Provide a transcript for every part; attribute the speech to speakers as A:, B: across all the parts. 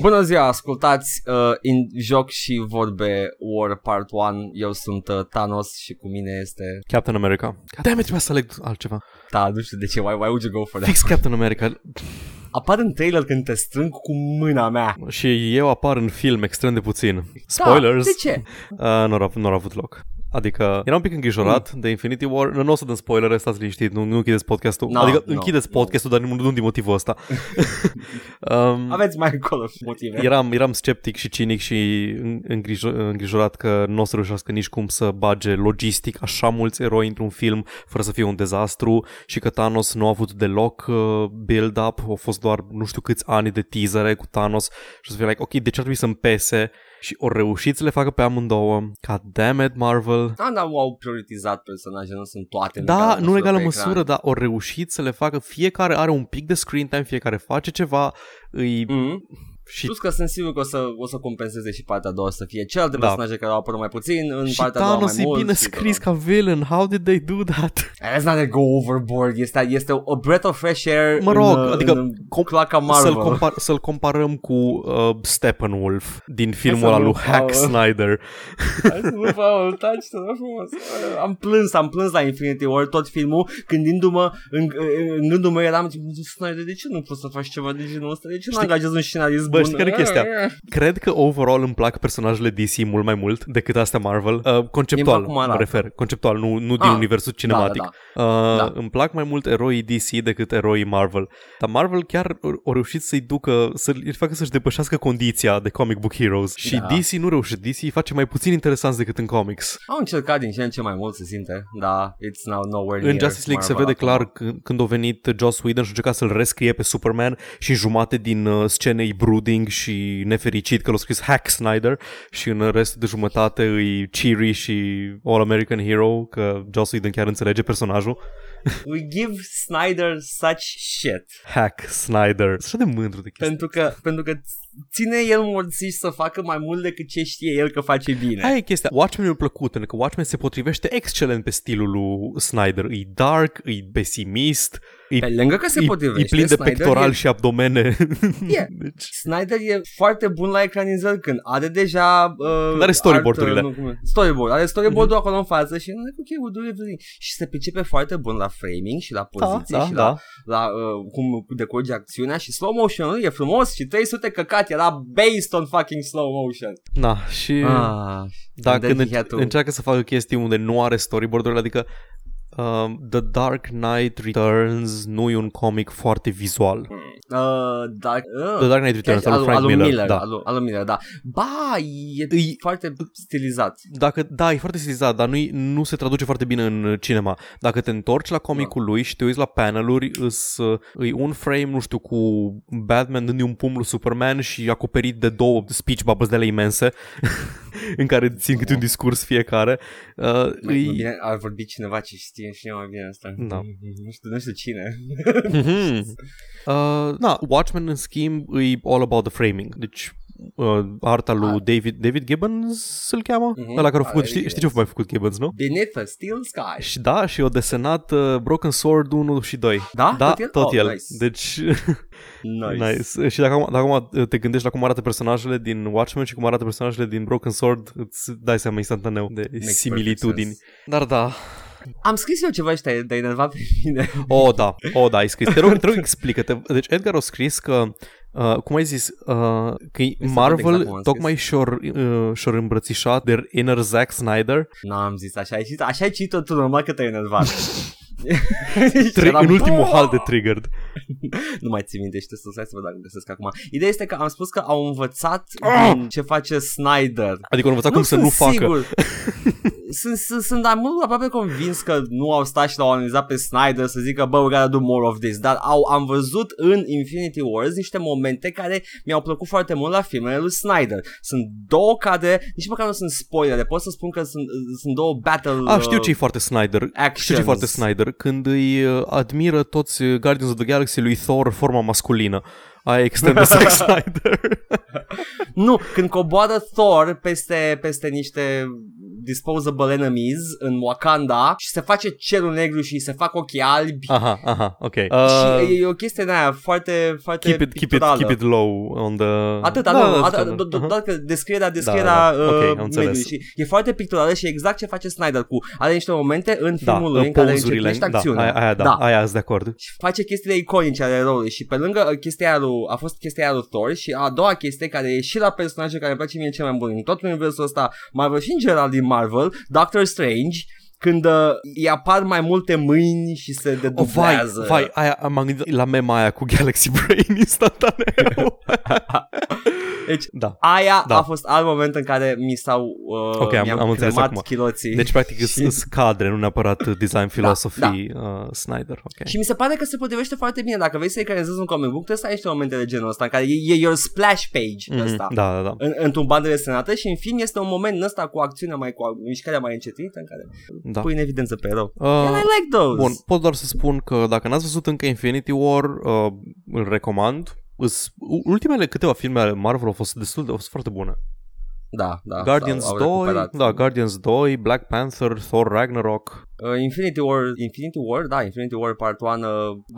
A: Bună ziua, ascultați uh, în joc și vorbe War Part 1. Eu sunt uh, Thanos și cu mine este...
B: Captain America. God damn it, trebuia să aleg altceva.
A: Da, nu știu de ce, why, why would you go for that?
B: Fix Captain America.
A: Apar în trailer când te strâng cu mâna mea.
B: Și eu apar în film extrem de puțin.
A: Da,
B: Spoilers.
A: de ce?
B: Uh, nu, au, nu au avut loc. Adică eram un pic îngrijorat mm. de Infinity War. Nu, nu o să dăm spoilere, stați liniștit, nu, nu închideți podcastul.
A: No,
B: adică
A: no,
B: închideți
A: no.
B: podcastul, dar nu, nu din motivul ăsta. um,
A: Aveți mai încolo motive.
B: eram, eram sceptic și cinic și în- îngrijo- îngrijorat că nu o să reușească nici cum să bage logistic așa mulți eroi într-un film fără să fie un dezastru și că Thanos nu a avut deloc uh, build-up, au fost doar nu știu câți ani de teasere cu Thanos și o să fie like, ok, de ce ar trebui să-mi pese? Și o reușit să le facă pe amândouă. God damn it, Marvel!
A: Da, dar au prioritizat personaje, nu sunt toate. în
B: Da,
A: egală
B: nu în egală
A: pe
B: măsură, dar au reușit să le facă. Fiecare are un pic de screen time, fiecare face ceva, îi...
A: Ecran. Mhm.
B: Și
A: Plus că sunt sigur că o să, o să compenseze și partea a doua, o să fie celelalte
B: Da.
A: personaje care au apărut mai puțin, în
B: Și
A: partea a doua mai
B: Thanos e
A: mult.
B: bine
A: și tot.
B: scris ca villain. How did they do that?
A: Let's not go overboard. Este, este o breath of fresh air
B: Mă rog,
A: în,
B: adică
A: în
B: com-
A: claca Marvel.
B: Să-l, compar- să-l comparăm cu uh, Steppenwolf din filmul
A: să
B: ăla
A: nu-
B: lui Hack
A: au-
B: Snyder.
A: Hai să nu fac un touch, să nu frumos. Am plâns, am plâns la Infinity War tot filmul, gândindu-mă, în, în gândul meu eram, zic, "Nu, Snyder, de ce nu poți să faci ceva de genul ăsta? De ce nu
B: Știi-
A: angajezi un scenarist
B: Bă,
A: bun?
B: știi care e chestia? Cred că overall îmi plac personajele DC mult mai mult decât astea Marvel. Uh, conceptual,
A: Mie îmi plac cum
B: mă
A: arată.
B: refer. Conceptual, nu, nu din
A: Ah,
B: universul cinematic.
A: da,
B: Uh,
A: Da.
B: Îmi plac mai mult eroii DC decât eroii Marvel. Dar Marvel chiar au reușit să-i ducă, să-i facă să-și depășească condiția de comic book heroes. Și
A: Da.
B: DC nu reușește. DC îi face mai puțin interesanți decât în comics.
A: Au încercat din ce în ce mai mult să simte, dar it's now nowhere
B: În
A: near
B: Justice League se
A: Marvel
B: vede
A: acum.
B: clar c- când a venit Joss Whedon și a încercat să-l rescrie pe Superman și în jumate din uh, scene e brooding și nefericit că l-a scris Hack Snyder și în restul de jumătate îi cheery și All-American Hero că Joss Whedon chiar înțelege personajul.
A: We give Snyder such shit.
B: Hack Snyder. Sunt așa de mândru de chestia.
A: Pentru că, pentru că ține el morțiș să facă mai mult decât ce știe el că face bine.
B: Aia e chestia. Watchmen mi-a plăcut, pentru că Watchmen se potrivește excelent pe stilul lui Snyder. E dark, e pesimist, e,
A: Pe lângă că se
B: e, e
A: potrivește,
B: plin de
A: Snyder
B: pectoral
A: e-
B: și abdomene.
A: E.
B: Deci-
A: Snyder e foarte bun la ecranizări când are deja... Uh,
B: Când are storyboard-urile.
A: art, uh, nu, cum e, storyboard. Are storyboard-ul acolo în față și like, ok, we'll do everything. Și se pricepe foarte bun la framing și la poziții și la, la uh, cum decurge acțiunea și slow motion e frumos și 300 căcat era based on fucking slow motion.
B: Na, și
A: Ah,
B: da,
A: unde
B: când
A: he had
B: înce-
A: to-
B: încearcă să facă chestii unde nu are storyboard-urile, adică um, The Dark Knight Returns nu e un comic foarte vizual.
A: uh, dar...
B: The
A: Uh.
B: Dark Knight Returns, al lui Frank
A: al lui
B: Miller,
A: Miller,
B: da.
A: al lui- al lui Miller, da. Ba, e
B: E-
A: foarte stilizat.
B: Dacă, da, e foarte stilizat, dar nu, nu se traduce foarte bine în cinema. Dacă te întorci la comicul
A: Da.
B: lui și te uiți la paneluri, îs, uh, îi un frame, nu știu, cu Batman dând un pumn lui Superman și acoperit de două speech bubbles de ale imense în care țin câte un discurs fiecare. Uh,
A: Da. Mai, mai
B: îi-
A: bine ar vorbi cineva ce știe și mai bine asta.
B: Da.
A: Nu știu, nu știu cine.
B: Mhm. uh, na, Watchmen, în schimb, e all about the framing. Deci, uh, arta lui
A: Ah.
B: David, David Gibbons îl cheamă?
A: Mhm.
B: Mm-hmm. Ăla care a
A: Ah,
B: făcut,
A: David
B: știi, știi ce a
A: Gibbons.
B: mai făcut Gibbons, nu?
A: Beneath a Steel Sky.
B: Și da, și o desenat uh, Broken Sword 1 și 2.
A: Da?
B: Da,
A: Tot el?
B: tot
A: Oh,
B: el.
A: nice.
B: Deci,
A: Nice.
B: nice. Și dacă, acum- dacă acum te gândești la cum arată personajele din Watchmen și cum arată personajele din Broken Sword, îți dai seama instantaneu de
A: perfect
B: similitudini.
A: sense.
B: Dar da,
A: Am scris eu ceva și te-ai te-ai enervat pe mine.
B: O, oh, da, o, oh, da, ai scris. Te rog, te rog explică-te. Deci Edgar a scris că, uh, cum ai zis, uh, că
A: exact
B: Marvel
A: cum am scris.
B: tocmai și-or, uh, și-or îmbrățișat de inner Zack Snyder
A: N-am zis așa, ai citit, așa ai citit-o tu, normal că te-ai enervat.
B: tri-
A: Eram-
B: în ultimul hal de Triggered.
A: Nu mai țin minte și tu să să văd dacă găsesc acum. Ideea este că am spus că au învățat
B: Ah!
A: din ce face Snyder.
B: Adică au învățat cum să
A: sunt
B: nu facă.
A: sigur. sunt, sunt, sunt mai mult aproape convins că nu au stat și l-au analizat pe Snyder să zică bă, we gotta do more of this, dar au, am văzut în Infinity Wars niște momente care mi-au plăcut foarte mult la filmele lui Snyder. Sunt două cadre, nici măcar nu sunt spoilere, pot să spun că sunt, sunt două battle
B: A, Ah, știu
A: uh,
B: ce e foarte Snyder. Știu ce e
A: actions.
B: foarte Snyder. Când îi uh, admiră toți uh, Guardians of the Galaxy lui Thor forma masculină. Aia e extrem de Zack Snyder.
A: Nu, când coboară Thor peste, peste niște disposable enemies în Wakanda și se face cerul negru și se fac ochii albi.
B: Aha, aha, ok.
A: Uh, și e, e o chestie de aia foarte, foarte
B: keep it, keep, it,
A: picturală.
B: keep it low on the...
A: Atât,
B: Da,
A: nu,
B: da,
A: atât,
B: da,
A: do- do-
B: aha.
A: doar că descrierea,
B: da,
A: descrierea
B: da. Ok, am
A: uh,
B: înțeles.
A: mediului și e foarte picturală și e exact ce face Snyder cu are niște momente în
B: da,
A: filmul lui în care începește
B: da,
A: acțiunea.
B: aia, aia, da, da. aia sunt de acord.
A: Și face chestiile iconice ale eroului și pe lângă uh, chestia aia lui, a fost chestia aia lui Thor și a doua chestie care e și la personajul care îmi place mie cel mai mult în tot universul ăsta Marvel și în general din Marvel, Doctor Strange când uh, îi apar mai multe mâini și se
B: O, Oh, vai,
A: dedublează.
B: vai, aia, m-am gândit la mema aia cu Galaxy Brain instantaneu.
A: Deci,
B: da.
A: Aia
B: Da.
A: a fost alt moment în care mi s-au uh,
B: Ok, am-
A: mi-am
B: am înțeles
A: cremat
B: acum.
A: chiloții.
B: Deci, practic, sunt cadre, nu neapărat design philosophy
A: da.
B: Uh, Snyder. Okay.
A: Și mi se pare că se potrivește foarte bine. Dacă vrei să ecranizezi un comic book, trebuie să ai niște momente de genul ăsta în care e, e your splash page
B: Mhm,
A: ăsta.
B: Da, da, da.
A: În, într-un ban de desenată și în film este un moment în ăsta cu acțiunea mai, cu a- mișcarea mai încetinită în care
B: da.
A: da. pui în evidență pe erou. And I
B: Uh,
A: like those.
B: bun, pot doar să spun că dacă n-ați văzut încă Infinity War, uh, îl recomand. Îs- u- Ultimele câteva filme ale Marvel au fost destul de au fost foarte bune.
A: Da, da.
B: Guardians
A: au
B: 2,
A: recuperat.
B: da, Guardians 2, Black Panther, Thor Ragnarok.
A: Uh, Infinity War, Infinity War, da, Infinity War Part 1, uh,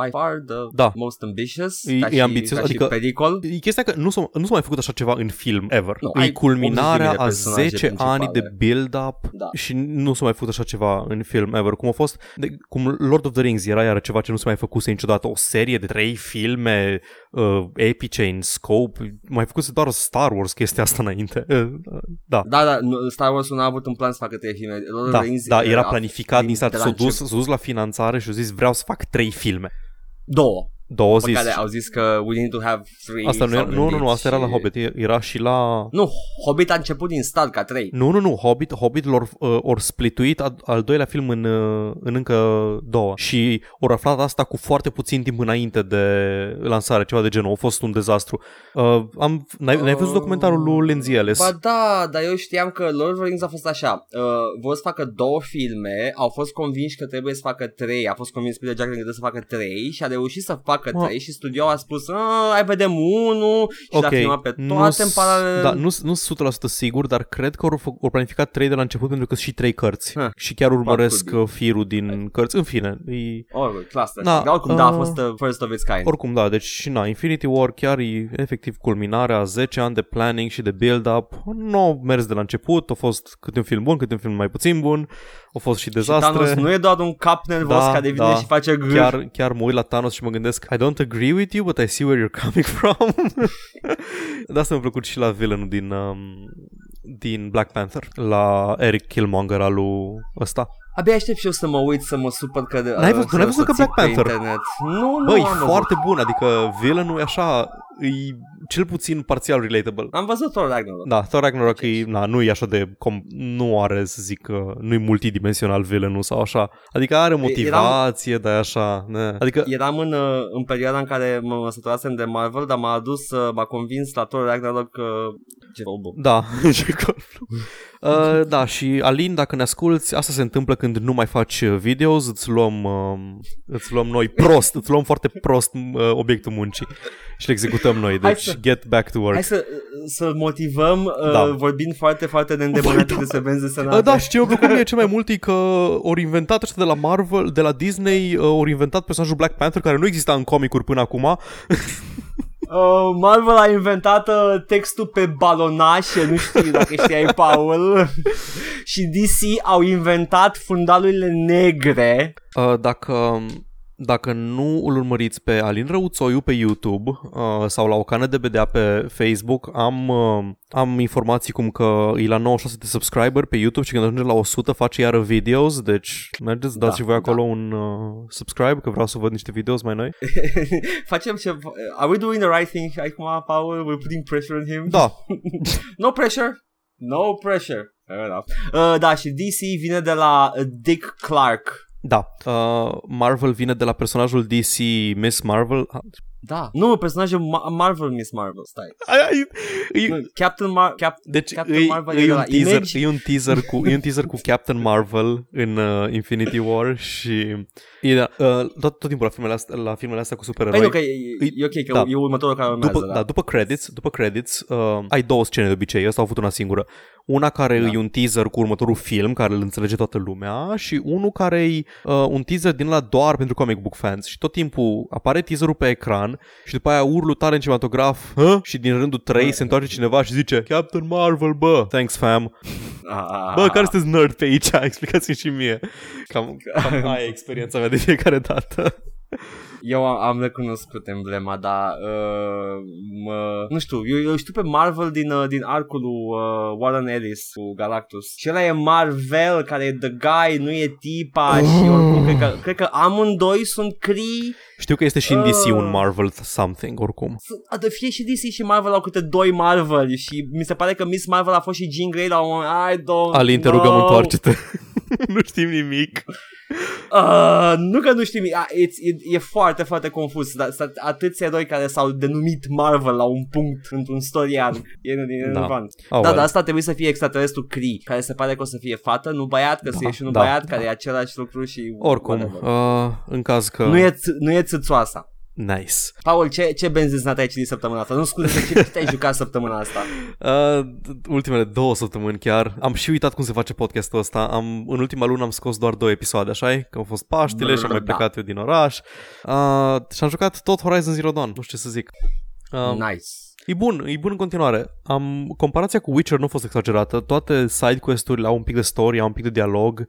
A: by far the
B: Da.
A: most ambitious,
B: E-
A: ca
B: e
A: și,
B: ambițios,
A: ca și
B: adică-
A: pericol.
B: E chestia că nu s-a, nu s-a mai făcut așa ceva în film ever.
A: Nu,
B: e
A: ai
B: culminarea
A: 80.000 de
B: a
A: personaje
B: 10 ani de
A: principale.
B: build-up
A: Da.
B: și nu s-a mai făcut așa ceva în film ever. Cum a fost, de, cum Lord of the Rings era iar ceva ce nu s-a mai făcuse niciodată. O serie de trei filme uh, epice în scope. Mai făcuse doar Star Wars chestia asta înainte. Uh, da.
A: Da, da, nu- Star Wars nu a avut un plan să facă trei filme. Lord of
B: Da,
A: the Rings
B: da, era
A: a-
B: planificat din start,
A: de la
B: s-a dus,
A: început.
B: s-a dus la finanțare și a zis vreau să fac trei filme.
A: Două,
B: Două
A: pe
B: zis.
A: care au zis că we need to have three.
B: Asta nu,
A: s-au
B: era, nu, nu, nu,
A: gândit
B: asta era
A: și-
B: la Hobbit, E- era și la
A: Nu, Hobbit a început din start ca trei.
B: Nu, nu, nu, Hobbit, Hobbit l-or, uh, or splituit ad- al doilea film în, uh, în încă două și ori aflat asta cu foarte puțin timp înainte de lansare, ceva de genul, a fost un dezastru. Uh, am, n-ai, n-ai văzut
A: Uh,
B: documentarul lui Lindsay Ellis?
A: Ba da, dar eu știam că Lord of the Rings a fost așa. Uh, vor să facă două filme, au fost convinși că trebuie să facă trei, a fost convins Peter Jackson că trebuie să facă trei și a reușit să facă
B: Mă.
A: trei și studio a spus "Ah, hai vedem unul și l-a filmat pe
B: nu
A: toate în
B: s-
A: paralel.
B: Da, nu sunt 100% sigur, dar cred că au, au planificat trei de la început pentru că sunt și trei cărți.
A: Ha.
B: Și chiar urmăresc
A: Parcurg.
B: uh, firul din cărți. În fine, e,
A: Oh, clasă.
B: Da,
A: Da, dar oricum, da, a
B: uh,
A: fost uh, first of its kind.
B: Oricum, da, deci și na, Infinity War chiar e efectiv culminarea a 10 ani de planning și de build-up. Nu au mers de la început, a fost câte un film bun, câte un film mai puțin bun, au fost și
A: și Thanos
B: dezastre.
A: nu e doar un cap nervos
B: Da,
A: da, care vine
B: da.
A: și face gâr.
B: Chiar, chiar mă uit la Thanos și mă gândesc I don't agree with you, but I see where you're coming from De asta mi-a plăcut și la villainul din, um, din Black Panther La Eric Killmonger al lui ăsta
A: Abia aștept și eu să mă uit să mă supăr că
B: N-ai văzut-
A: să-
B: n-ai văzut
A: să
B: că
A: țip
B: Black
A: pe
B: Panther?
A: Internet. Nu, nu
B: Băi,
A: am văzut.
B: foarte bun, adică villainul e așa E cel puțin parțial relatable
A: Am văzut Thor Ragnarok.
B: Da, Thor Ragnarok
A: Deci-
B: e, na, nu e așa de com- nu are să zic că nu e multidimensional villainul sau așa. Adică are motivație, dar e așa, ne. Adică
A: Eram în, uh, în perioada în care mă săturasem de Marvel, dar m-a adus, uh, m-a convins la Thor Ragnarok că... Ce bă,
B: da, e acolo. uh, da, și Alin, dacă ne asculti, asta se întâmplă când nu mai faci uh, videos, îți luăm, uh, îți luăm noi prost, îți luăm foarte prost uh, obiectul muncii și le executăm noi.
A: Hai
B: Deci
A: să-
B: get back to work.
A: Hai să, să motivăm uh,
B: Da.
A: da. vorbind foarte, foarte de îndemânat
B: Băi, da.
A: despre benzi
B: Uh,
A: sănătate.
B: da, și ce mi-a plăcut mie cel mai mult e că ori inventat ăștia de la Marvel, de la Disney, uh, ori inventat personajul Black Panther, care nu exista în comicuri până acum.
A: Uh, Marvel a inventat uh, textul pe balonașe, nu știu dacă știai, Paul. și DC au inventat fundalurile negre.
B: Uh, dacă... Dacă nu îl urmăriți pe Alin Răuțoiu pe YouTube uh, sau la o cană de BDA pe Facebook, am, uh, am informații cum că e la 96 de subscriber pe YouTube și când ajunge la 100 face iară videos, deci mergeți, dați
A: Da,
B: și voi
A: da.
B: acolo un uh, subscribe, că vreau să văd niște videos mai noi.
A: Facem ce... Are we doing the right thing acum, Paul? We're putting pressure on him?
B: Da,
A: No pressure. No pressure. Fair enough. Uh, da, și DC vine de la uh, Dick Clark.
B: Da, uh, Marvel vine de la personajul DC Miss Marvel.
A: Da. Nu, personajul Ma- Marvel Miss Marvel, stai.
B: Ai, ai, e,
A: Nu, Captain Mar- Cap-
B: deci
A: Captain
B: e,
A: Marvel
B: e,
A: e de
B: un
A: la
B: teaser,
A: Image?
B: e, un teaser cu, e un teaser cu Captain Marvel în uh, Infinity War și e, da, uh, tot, tot timpul la filmele astea, la filmele astea cu
A: Păi nu,
B: supereroi.
A: că e, e, e ok, că
B: da.
A: da. e următorul care urmează,
B: După,
A: da.
B: da, după credits, după credits uh, ai două scene de obicei, ăsta a avut una singură. Una care
A: Da.
B: da. e un teaser cu următorul film, care îl înțelege toată lumea, și unul care e uh, un teaser din la doar pentru comic book fans. Și tot timpul apare teaserul pe ecran și după aia urlu tare în cinematograf Hă? și din rândul 3 se întoarce cineva și zice Captain Marvel, bă! Thanks, fam!
A: Ah,
B: da. Bă, care sunteți nerd pe aici? Explicați-mi și mie. Cam, cam aia e experiența mea de fiecare dată.
A: Eu am, am recunoscut emblema, dar uh, mă, nu știu, eu, eu știu pe Marvel din, uh, din arcul lui uh, Warren Ellis cu Galactus. Și ăla e Marvel, care e the guy, nu e tipa și
B: Oh.
A: oricum cred că, cred că amândoi sunt crii.
B: Știu că este și în DC
A: Ah.
B: un Marvel something, oricum.
A: Sunt- de Fie și DC și Marvel au câte doi Marvel și mi se pare că Miss Marvel a fost și Jean Grey la un moment I don't
B: Alin, te
A: know.
B: rugăm, întoarce-te. Oh, nu știm nimic.
A: Uh, nu că nu știm, a, it's, e, e foarte, foarte confuz, dar sunt atâția eroi care s-au denumit Marvel la un punct într-un story arc. E relevant.
B: Oh,
A: Da,
B: well.
A: dar asta trebuie să fie extraterestru Cree, care se pare că o să fie fată, nu băiat, că da, să
B: Da,
A: ieși un
B: da,
A: băiat
B: da.
A: care e același lucru și...
B: Oricum,
A: whatever.
B: uh, în caz că...
A: da, Nu e, ț- nu e țâțoasa.
B: Nice.
A: Paul, ce, ce benzinat ai citit săptămâna asta? Nu scuze, ce te-ai jucat săptămâna asta?
B: Uh, ultimele două săptămâni chiar. Am și uitat cum se face podcastul ăsta. Am, în ultima lună am scos doar două episoade, așa Că au fost Paștile și am mai
A: Da.
B: plecat eu din oraș. Uh, și am jucat tot Horizon Zero Dawn. Nu știu ce să zic. Uh,
A: Nice.
B: E bun, e bun în continuare. Am, comparația cu Witcher nu a fost exagerată. Toate side quest-urile au un pic de story, au un pic de dialog.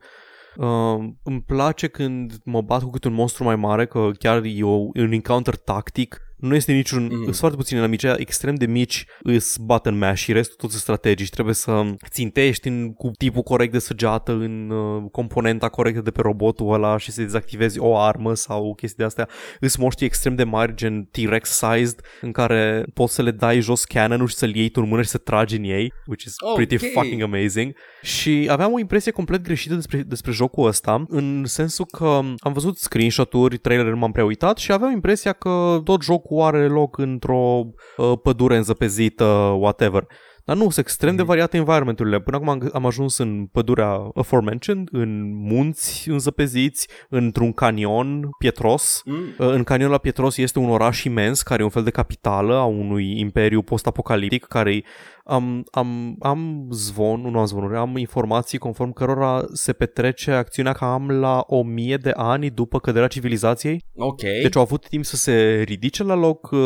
B: Uh, îmi place când mă bat cu câte un monstru mai mare, că chiar e o, e un encounter tactic. Nu este niciun... Mm.
A: Mm.
B: Sunt foarte puține inamice, extrem de mici, îs button mash și restul tot sunt strategii. și Trebuie să țintești în, cu tipul corect de săgeată, în uh, componenta corectă de pe robotul ăla și să dezactivezi o armă sau chestii de astea îți moștii extrem de mari, gen T-Rex sized, în care poți să le dai jos cannon și să-l iei tu în mână și să tragi în ei, which is
A: Ok.
B: pretty fucking amazing. Și aveam o impresie complet greșită despre, despre jocul ăsta, în sensul că am văzut screenshot-uri, trailer m-am prea uitat și aveam impresia că tot jocul are loc într-o uh, pădure înzăpezită, whatever. Dar nu, sunt extrem de
A: Mhm.
B: variate environmenturile. Până acum am- am ajuns în pădurea aforementioned, în munți înzăpeziți, într-un canion pietros,
A: Mm.
B: Uh, în Canionul la Pietros este un oraș imens care e un fel de capitală a unui imperiu post-apocaliptic care am, am, am zvon, nu am zvonuri, am informații conform cărora se petrece acțiunea cam la o mie de ani după căderea civilizației.
A: Ok.
B: Deci au avut timp să se ridice la loc uh,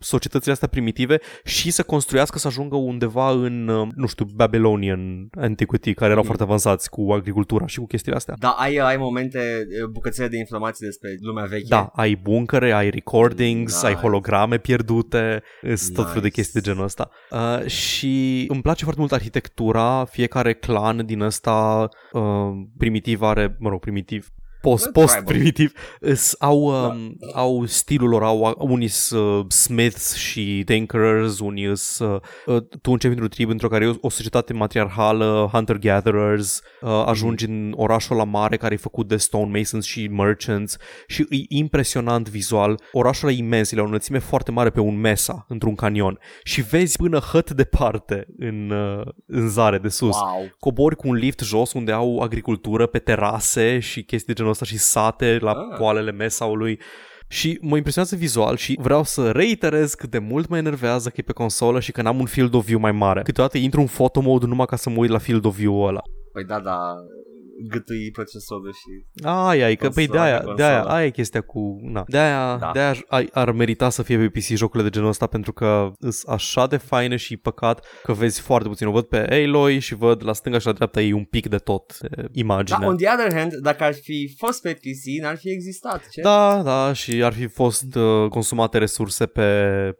B: societățile astea primitive și să construiască să ajungă undeva în, uh, nu știu, Babylonian Antiquity, care erau
A: Mm.
B: foarte avansați cu agricultura și cu chestiile astea.
A: Dar ai, ai momente, bucățele de informații despre lumea veche.
B: Da, ai buncăre, ai recordings,
A: Nice.
B: nice. ai holograme pierdute, sunt tot felul de
A: Nice.
B: chestii de genul ăsta. Uh, și îmi place foarte mult arhitectura, fiecare clan din ăsta uh, primitiv are, mă rog, primitiv, post,
A: Bă,
B: post
A: tribal.
B: primitiv, îs, au,
A: Da.
B: um, au stilul lor, au, unii sunt uh, smiths și tinkerers, unii sunt, uh, tu începi într-o trib într-o care e o, o societate matriarhală, hunter-gatherers, uh, ajungi în orașul la mare care e făcut de stonemasons și merchants și e impresionant vizual, orașul e imens, e la o înălțime foarte mare pe un mesa, într-un canion și vezi până hăt departe în, uh, în zare de sus
A: Wow.
B: cobori cu un lift jos unde au agricultură pe terase și chestii de genul ăsta și sate la
A: Ah.
B: ah. poalele mesaului. Și mă impresionează vizual și vreau să reiterez cât de mult mă enervează că e pe consolă și că n-am un field of view mai mare. Câteodată intru în photo mode numai ca să mă uit la field of view-ul ăla.
A: Păi da, da, gâtui procesorul și...
B: Aia e că, păi
A: Consola,
B: de-aia,
A: consola.
B: de-aia, aia e chestia cu, na, de-aia,
A: Da.
B: da. de-aia aș- ai- ar merita să fie pe PC jocurile de genul ăsta pentru că sunt așa de faine și păcat că vezi foarte puțin. O văd pe Aloy și văd la stânga și la dreapta ei un pic de tot eh, de
A: Da,
B: imagine.
A: on the other hand, dacă ar fi fost pe PC, n-ar fi existat. Ce?
B: Da, da, și ar fi fost uh, consumate resurse pe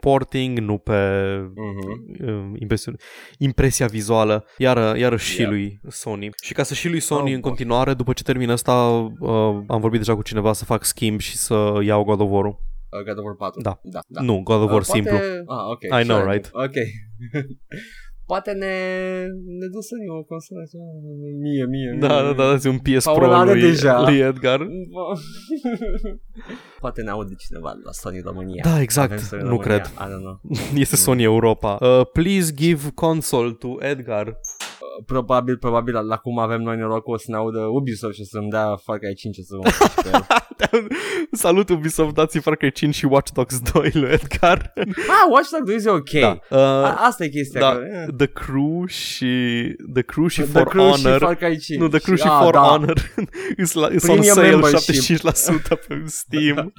B: porting, nu pe
A: Mhm.
B: uh, impresi- impresia vizuală, iară, iară și
A: Yeah.
B: yeah. lui Sony. Și ca să și lui Sony
A: Oh,
B: în
A: bă.
B: continuare, după ce termin asta, uh, am vorbit deja cu cineva să fac schimb și să iau God of War-ul.
A: Uh, God of War 4.
B: Da.
A: da, da.
B: Da. Nu, God of War
A: Uh,
B: simplu.
A: Ah, ok.
B: I know,
A: sure.
B: right?
A: Ok. poate ne, ne dusem eu o consolă așa, mie, mie, mie.
B: Da, da, da, dați un PS
A: Paul
B: Pro
A: are
B: lui,
A: deja.
B: lui Edgar.
A: poate ne aude cineva la Sony România.
B: Da,
A: Avem
B: exact,
A: Sony
B: nu
A: România.
B: cred.
A: I don't know.
B: Este Sony Europa. Uh, please give console to Edgar.
A: probabil, probabil, la cum avem noi norocul o să ne audă Ubisoft și să-mi dea Far Cry 5 să mă
B: Salut Ubisoft, dați Far Cry 5 și Watch Dogs 2 lui Edgar.
A: Ah, Watch Dogs 2 e ok.
B: Da.
A: A-
B: Uh,
A: Asta e chestia.
B: da,
A: că- eh.
B: The Crew și The Crew și
A: The
B: For
A: Crew
B: Honor.
A: și Far Cry 5.
B: nu, The Crew și,
A: Ah,
B: For
A: da.
B: Honor îs la, îs on
A: Premium
B: sale
A: membership.
B: 75% pe Steam.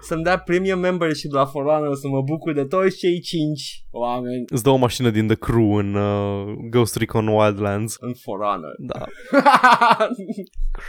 A: Să-mi dea premium membership la For Honor Să mă bucur de toți cei 5 oameni
B: Îți dă o mașină din The Crew în uh, Ghost Recon Wildlands.
A: în For Honor
B: Da,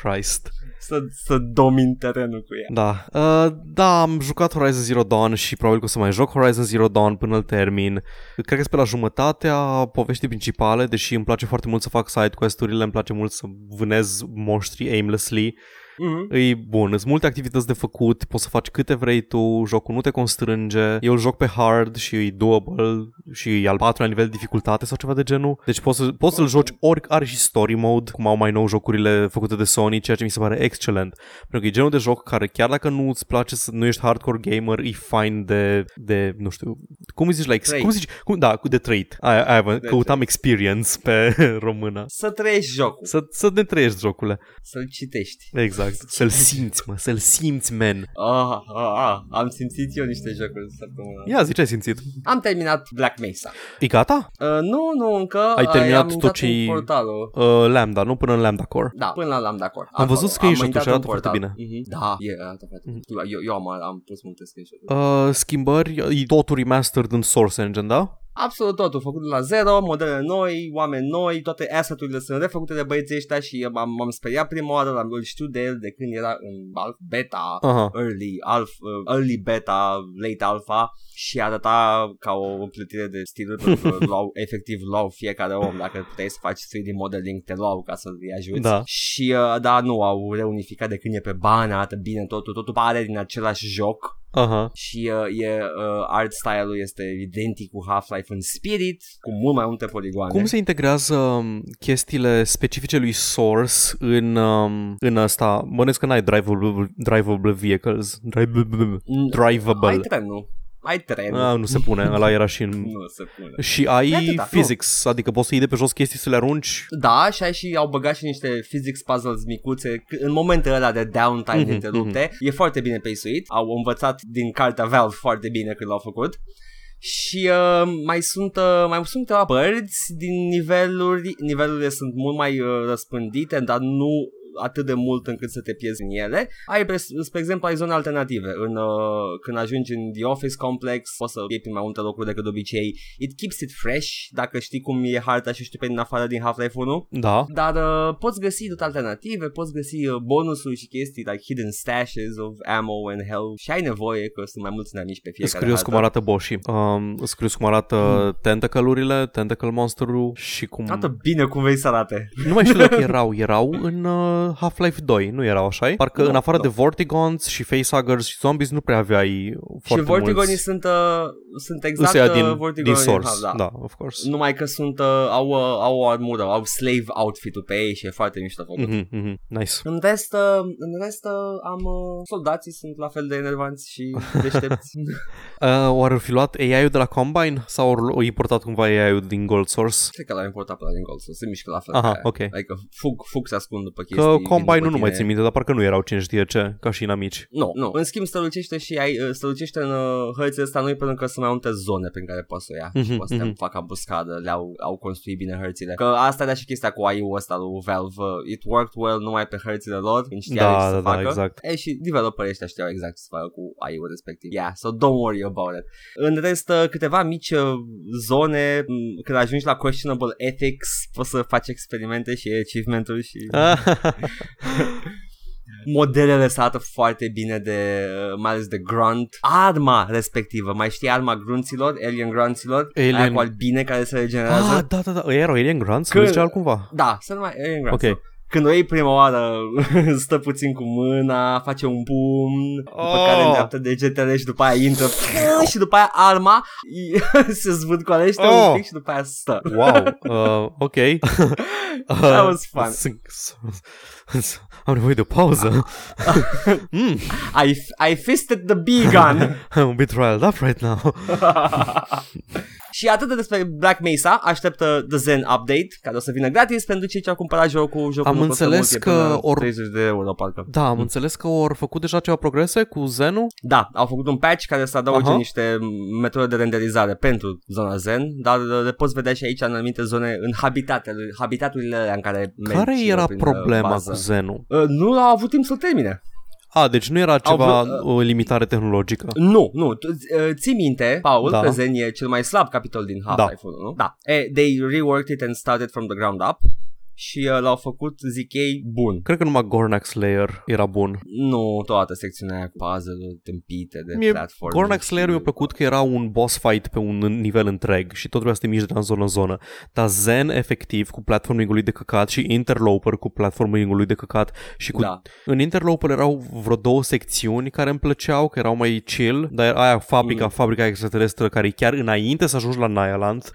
B: Christ.
A: să, să domin terenul cu ea
B: Da. Uh, da, am jucat Horizon Zero Dawn și probabil că o să mai joc Horizon Zero Dawn până îl termin. Cred că pe la jumătatea poveștii principale, deși îmi place foarte mult să fac side quest-urile, îmi place mult să vânez monștri aimlessly.
A: mm-hmm.
B: E bun, sunt multe activități de făcut, poți să faci câte vrei tu, jocul nu te constrânge. Eu îl joc pe hard și e doable și e al patrulea nivel de dificultate sau ceva de genul. Deci poți, să, poți să-l joci ori are și story mode, cum au mai nou jocurile făcute de Sony, ceea ce mi se pare excelent. Pentru că e genul de joc care chiar dacă nu îți place să nu ești hardcore gamer, e fain de, de nu știu, cum îi zici, like,
A: Trăit.
B: cum zici, cum, da, cu- de trăit. Aia, aia, vă-
A: De
B: căutam experience pe română.
A: Să trăiești jocul
B: Să, să ne trăiești jocurile.
A: Să-l citești
B: Exact. Să-l simți, mă, să-l simți, man.
A: ah, ah, ah, Am simțit eu niște jocuri săptămâna asta.
B: Ia zi ce ai simțit.
A: Am terminat Black Mesa
B: E gata?
A: uh, Nu, nu încă
B: Ai terminat
A: am
B: tot
A: intrat
B: ce-
A: în portalul
B: Uh, Lambda, nu până în Lambda Core.
A: Da, până la l-am de acord.
B: Am văzut screenshot-ul
A: intrat
B: și arată
A: în
B: foarte
A: portal.
B: bine.
A: Mhm. Da, e arată foarte
B: Mhm.
A: bine. Eu, eu am, am pus multe screenshot-uri.
B: Uh, schimbări, e totul remastered în Source Engine, da?
A: Absolut totul, făcut de la zero, modele noi, oameni noi, toate asset-urile sunt refăcute de băieții ăștia și m-am, m-am speriat prima oară, dar îl știu de el de când era în alf beta,
B: Aha.
A: early, alf, uh, early beta, late alpha și arăta ca o împlutire de stiluri pentru că luau, efectiv luau fiecare om, dacă puteai să faci 3D modeling, te luau ca să-i ajuți.
B: Da.
A: Și uh, da, nu, au reunificat de când e pe bani, arată bine totul, totul pare din același joc.
B: Aha.
A: Și uh, e, uh, art style-ul este identic cu Half-Life în spirit, cu mult mai multe poligoane.
B: Cum se integrează um, chestiile specifice lui Source în, um, în asta? Bănuiesc că n-ai drivable, drivable vehicles. Drivable.
A: Mm, Ai
B: drivable.
A: trenul. Ai trenul.
B: Ah, nu se pune, ăla era și în...
A: Nu se pune.
B: Și
A: E
B: ai
A: atâta, nu.
B: physics, adică poți să iei de pe jos chestii să le arunci
A: Da, și ai și au băgat și niște physics puzzles micuțe C- în momentele ăla de downtime
B: Mhm,
A: mm-hmm, dintre lupte. E foarte bine paceuit. Au învățat din cartea Valve foarte bine când l-au făcut. Și uh, mai sunt uh, mai sunt câteva părți din niveluri, nivelurile sunt mult mai uh, răspândite, dar nu atât de mult încât să te pierzi în ele. Ai, pre- spre exemplu, ai zone alternative. În, uh, când ajungi în The Office Complex, poți să iei prin mai multe locuri decât de obicei. It keeps it fresh, dacă știi cum e harta și știi pe din afară din Half-Life 1.
B: Da.
A: Dar uh, poți găsi tot alternative, poți găsi uh, bonusuri și chestii, like hidden stashes of ammo and health și ai nevoie că sunt mai mulți inamici pe
B: Sunt
A: fiecare Mm.
B: curios cum
A: hartă.
B: arată boșii. Um, sunt curios cum arată tentacle-urile, tentacle monster-ul și cum...
A: Arată bine cum vei să arate.
B: Nu mai știu dacă erau, erau în uh, Half-Life 2, nu erau așa Parcă
A: Nu,
B: în afară
A: nu.
B: de Vortigons și Facehuggers și Zombies nu prea aveai
A: Și
B: foarte
A: Vortigonii
B: mulți.
A: sunt, uh, sunt
B: Nu
A: exact
B: se ia
A: uh,
B: din, din
A: Vortigonii.
B: Source,
A: Ha,
B: da. da, of course.
A: Numai că sunt, uh, au, uh, au o armură, au slave outfit-ul pe ei și e foarte mișto făcut.
B: Mhm, mhm, Nice.
A: În rest, uh, în rest uh, am uh, soldații sunt la fel de enervanți și deștepți.
B: Uh, oare ar fi luat AI-ul de la Combine sau ori lu- i portat cumva AI-ul din Gold Source?
A: Cred că l-am importat pe la din gol, să se mișcă la fel.
B: Aha,
A: ca-
B: ok.
A: Adică fug, fug să ascund după chestii.
B: Că
A: vin
B: Combine
A: după
B: nu, nu mai
A: tine.
B: țin minte, dar parcă nu erau cine știe ce, ca și inamici.
A: Nu, nu. În schimb, strălucește și ai, uh, strălucește în uh, hărțile astea noi pentru că sunt mai multe zone prin care poți să o ia.
B: Mhm,
A: și poți să te
B: mhm.
A: facă ambuscadă, le-au au construit bine hărțile. Că asta era și chestia cu AI-ul ăsta lui Valve. uh, It worked well numai pe hărțile lor, când știau ce
B: Da,
A: să
B: da,
A: facă.
B: da, exact.
A: E, și developerii ăștia știau exact ce să facă cu AI-ul respectiv. Yeah, so don't worry about it. În rest, uh, câteva mici uh, zone, m, când ajungi la questionable ethics, poți să faci experimente și achievement-uri și
B: exact.
A: modelele se arată foarte bine de, mai ales de grunt. Arma respectivă, mai știi arma grunților, alien grunților,
B: Alien-
A: aia cu albine care se regenerează.
B: Ah, da, da, da, ăia erau Alien Grunts?
A: Că-
B: Că... Nu zicea altcumva?
A: Da, sunt mai alien grunts.
B: Ok.
A: Când o iei prima oară, stă puțin cu mâna, face un pumn, după
B: Oh.
A: care îndreaptă degetele și după aia intră și după aia arma se zvârcolește
B: Oh.
A: un pic și după aia stă.
B: Wow, uh, ok. Uh,
A: That was fun.
B: Sunt- sunt- Am nevoie de o pauză. mm,
A: I, I fisted the bee gun.
B: I'm a bit riled up right now.
A: Și atât de despre Black Mesa, așteptă The Zen Update, care o să vină gratis pentru cei ce au cumpărat jocul. jocul
B: Am
A: nu costă mult,
B: înțeles
A: e
B: că
A: până
B: or-
A: 30 de euro, parcă.
B: Da, am înțeles că au făcut deja ceva progrese cu Zenu.
A: Da, au făcut un patch care să adauge
B: Aha.
A: niște metode de renderizare pentru zona Zen, dar uh, le poți vedea și aici în anumite zone, în habitatele, habitaturile alea în care mergi
B: Care
A: uh,
B: era
A: prin, uh,
B: problema
A: bază.
B: cu Zenu?
A: Uh, nu au avut timp să termine.
B: A, deci nu era ceva
A: vrut,
B: o limitare tehnologică.
A: Nu, nu. Tu- uh, Ții minte, Paul,
B: Da.
A: da. că Zen e cel mai slab capitol din Half-Life 1, nu? Da. E, they reworked it and started from the ground up și uh, l-au făcut, zic ei, bun.
B: Cred că numai Gornax Layer era bun.
A: Nu toată secțiunea aia cu puzzle-uri tâmpite de
B: Mie
A: platforme.
B: Gornax
A: și-
B: Layer mi-a plăcut că era un boss fight pe un nivel întreg și tot trebuia să te miști de la zonă în zonă. Dar Zen, efectiv, cu platforming-ului de căcat și Interloper cu platforming-ului de căcat și cu...
A: Da.
B: În Interloper erau vreo două secțiuni care îmi plăceau, că erau mai chill, dar aia
A: Mm.
B: fabrica, fabrica extraterestră care e chiar înainte să ajungi la Nyaland.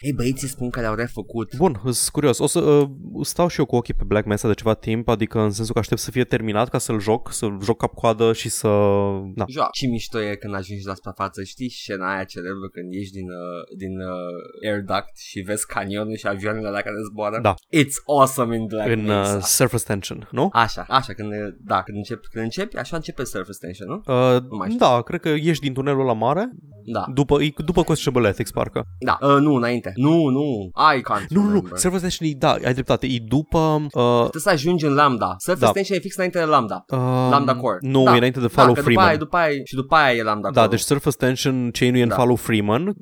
A: Ei, băieții spun că le-au refăcut.
B: Bun, sunt curios. O să uh, stau și eu cu ochii pe Black Mesa de ceva timp, adică în sensul că aștept să fie terminat ca să-l joc, să-l joc cap-coadă și să... Da.
A: Joacă. Ce mișto e când ajungi la suprafață, știi scena aia celebră când ieși din, uh, din uh, air duct și vezi canionul și avioanele la care zboară?
B: Da.
A: It's awesome in Black
B: în
A: Mesa.
B: uh, Surface Tension, nu?
A: Așa, așa, când, uh, da, când începi, când începi, așa începe Surface Tension, nu?
B: Uh,
A: Nu mai știu.
B: da, cred că ieși din tunelul la mare
A: Da,
B: după, e- după Coast Shebeletics, parcă.
A: da, uh, nu, înainte. Nu, nu, I can't
B: Nu, nu, nu,
A: remember.
B: Surface Tension e, da, ai dreptate, e după... Uh,
A: Trebuie să ajungi în Lambda. Surface
B: Da.
A: da. Tension e fix înainte de Lambda.
B: um,
A: Lambda Core.
B: Nu,
A: Da,
B: e înainte de
A: Da,
B: Follow
A: că după
B: Freeman.
A: aia, după aia, și după aia e Lambda.
B: Da,
A: acolo.
B: deci Surface Tension, Chainui and
A: Da.
B: Follow Freeman uh,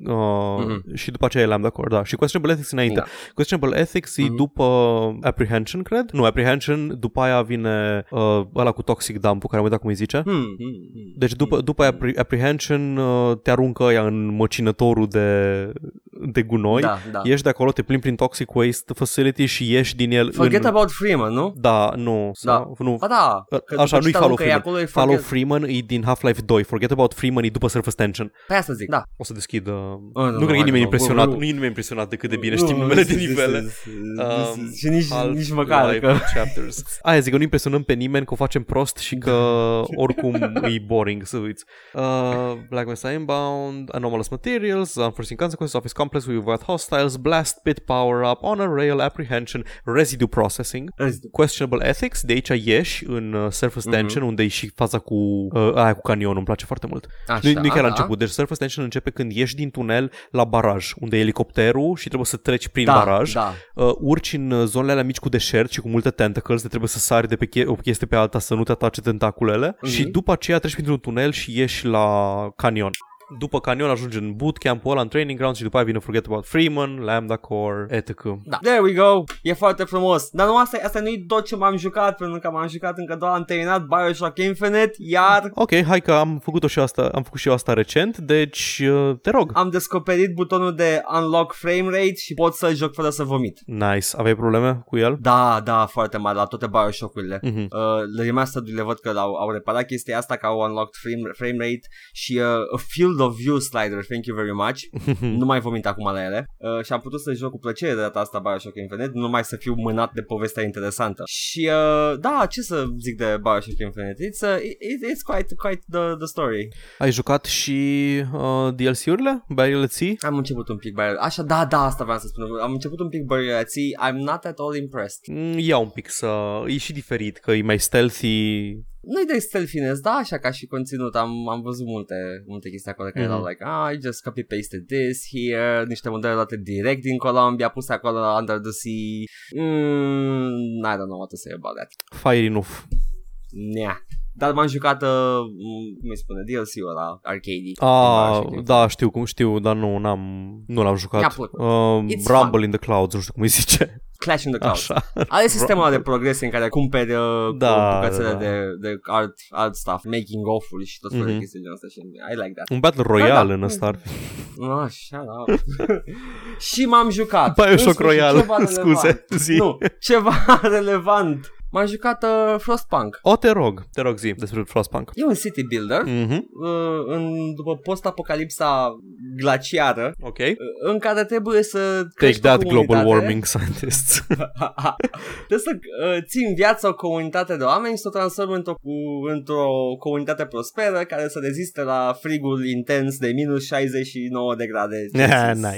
A: Mhm.
B: și după aceea e Lambda Core, da. Și Questionable Ethics înainte.
A: Da.
B: Questionable Ethics e
A: Mhm.
B: după uh, Apprehension, cred. Nu, Apprehension, după aia vine uh, ăla cu Toxic Dump, care am uitat cum îi zice.
A: Hmm, hmm, hmm.
B: Deci după, după aia Appre- Apprehension uh, te aruncă ea în măcinătorul de, de gunoi.
A: da, da.
B: Ieși de acolo, te plimbi prin Toxic Waste Facility și ieși din el
A: Forget
B: în...
A: about Freeman, nu?
B: Da, nu. sau- nu.
A: Ba da.
B: A-
A: că
B: Așa,
A: după
B: nu-i
A: ce
B: Follow
A: aruncă ea
B: Freeman.
A: Acolo, e
B: Follow
A: forget-
B: Freeman e din Half-Life 2, Forget About Freeman e după Surface Tension.
A: Pe asta zic, da.
B: O să deschid... Uh,
A: nu,
B: nu
A: nu,
B: cred că e
A: hai,
B: nimeni
A: nu.
B: impresionat,
A: Nu,
B: nu
A: nu.
B: e nimeni impresionat de cât de bine știm numele de nivele. Um,
A: Și nici,
B: Half
A: nici măcar
B: Life
A: că...
B: chapters. Aia zic că nu impresionăm pe nimeni că o facem prost și că
A: Da.
B: oricum e boring să uiți. Uh, Black Mesa Inbound, Anomalous Materials, Unforeseen Consequences, Office Complex, We Avoid Hostiles, Blast Pit Power Up, Honor Rail, Apprehension, Residue Processing, Questionable Ethics, de aici ieși în uh, Surface
A: Mhm.
B: Tension, unde e și faza cu uh, aia cu canionul, îmi place foarte mult.
A: Așa,
B: Nu, nu e chiar la
A: da.
B: început, deci Surface Tension începe când ieși din tunel la baraj, unde e elicopterul și trebuie să treci prin
A: da,
B: baraj
A: Da,
B: uh, urci în uh, zonele alea mici cu deșert și cu multe tentacles, de trebuie să sari de pe che- o chestie pe alta să nu te atace tentaculele
A: Mhm.
B: și după aceea treci printr-un tunel și ieși la canion. După canion ajungi în bootcamp-ul ăla, în training ground și după aia vine Forget About Freeman, Lambda Core, etc.
A: da. There we go. E foarte frumos. Dar nu asta, asta nu-i tot ce m-am jucat, pentru că m-am jucat încă doar am terminat Bioshock Infinite, iar
B: Ok, hai că am făcut-o și asta, am făcut și eu asta recent, deci uh, te rog.
A: am descoperit butonul de unlock frame rate și pot să joc fără să vomit.
B: Nice, aveai probleme cu el?
A: Da, da, foarte mare la toate Bioshock-urile.
B: Mhm.
A: Uh, remastered-urile văd că au, au reparat chestia asta că au unlocked frame, frame rate și uh, a field of view slider, thank you very much. nu mai vomit acum la ele uh, și am putut să joc cu plăcere de data asta Bioshock Infinite, numai să fiu mânat de povestea interesantă. Și uh, da, ce să zic de Bioshock Infinite? It's, uh, it, it's quite, quite the, the story.
B: Ai jucat și uh, DLC-urile? DLC?
A: Am început un pic, Barry- așa, da, da, asta vreau să spun. Am început un pic băiații, I'm not at all impressed.
B: Mm, Ia un pic să... E și diferit, că e mai stealthy,
A: nu-i de stealthiness, da, așa ca și conținut, am, am văzut multe, multe chestii acolo care
B: Mhm.
A: erau like, ah, I just copy-pasted this here, niște modele luate direct din Colombia, puse acolo la Under the Sea, mm, I don't know what to say about that.
B: Fire enough.
A: Nea. Dar m-am jucat, uh, m- cum îi spune, DLC-ul ăla, arcade
B: Ah, da, știu cum știu, dar nu, n-am, nu l-am jucat.
A: Mi-a plăcut.
B: Uh,
A: It's
B: Rumble in the Clouds, nu știu cum îi zice.
A: Clash in the Clouds.
B: Așa.
A: Are sistemul ăla de progresie în care cumperi uh,
B: Da,
A: da, bucățele
B: da.
A: da. de, de art, art stuff, making of-uri și tot felul
B: Mhm.
A: de chestii genul ăsta și I like that.
B: Un Battle Royale
A: Da, da.
B: în ăsta ar fi.
A: Așa, da. și m-am jucat.
B: Bioshock
A: În sfârșit,
B: Royale,
A: ceva relevant.
B: scuze, zi.
A: Nu, ceva relevant. m-am jucat uh, Frostpunk.
B: O, te rog, te rog zi despre Frostpunk.
A: E un city builder.
B: Mhm,
A: uh, în, după post-apocalipsa glaciară
B: ok.
A: uh, în care trebuie să
B: Take
A: crești o
B: that,
A: comunitate.
B: Deci global warming scientists.
A: trebuie să uh, țin viața o comunitate de oameni și să o transform într-o, cu- într-o comunitate prosperă care să reziste la frigul intens de minus 69 de grade
B: Ah,
A: Celsius.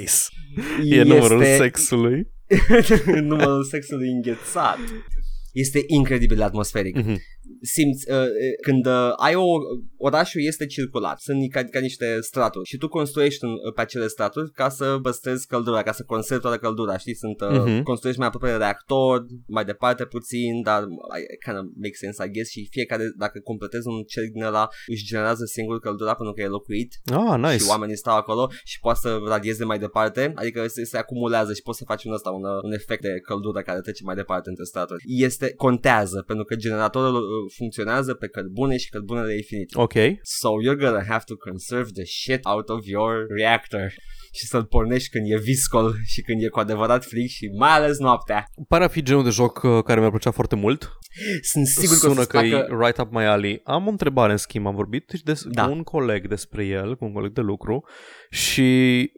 B: nice. E numărul sexului.
A: numărul sexului înghețat este incredibil de atmosferic.
B: Mhm.
A: Simți, uh, e, când uh, ai o, orașul este circulat, sunt ca, ca niște straturi și tu construiești în, uh, pe acele straturi ca să păstrezi căldura, ca să conservi toată căldura, știi, sunt, uh,
B: Mhm.
A: construiești mai aproape de reactor, mai departe puțin, dar I kind of make sense, I guess, și fiecare, dacă completezi un cerc din ăla, își generează singur căldura pentru că e locuit
B: Ah,
A: și
B: nice.
A: oamenii stau acolo și poate să radieze mai departe, adică se, se acumulează și poți să faci un ăsta, un, uh, un efect de căldură care trece mai departe între straturi. Este, contează, pentru că generatorul uh, funcționează pe cărbune și cărbunele e finit.
B: Ok.
A: So you're gonna have to conserve the shit out of your reactor și să-l pornești când e viscol și când e cu adevărat frig și mai ales noaptea.
B: Pare a fi genul de joc uh, care mi-ar plăcea foarte mult.
A: Sunt sigur că o
B: Sună
A: să-ți
B: că e
A: placă...
B: right up my alley. Am o întrebare în schimb, am vorbit și des-
A: Da.
B: cu un coleg despre el, cu un coleg de lucru și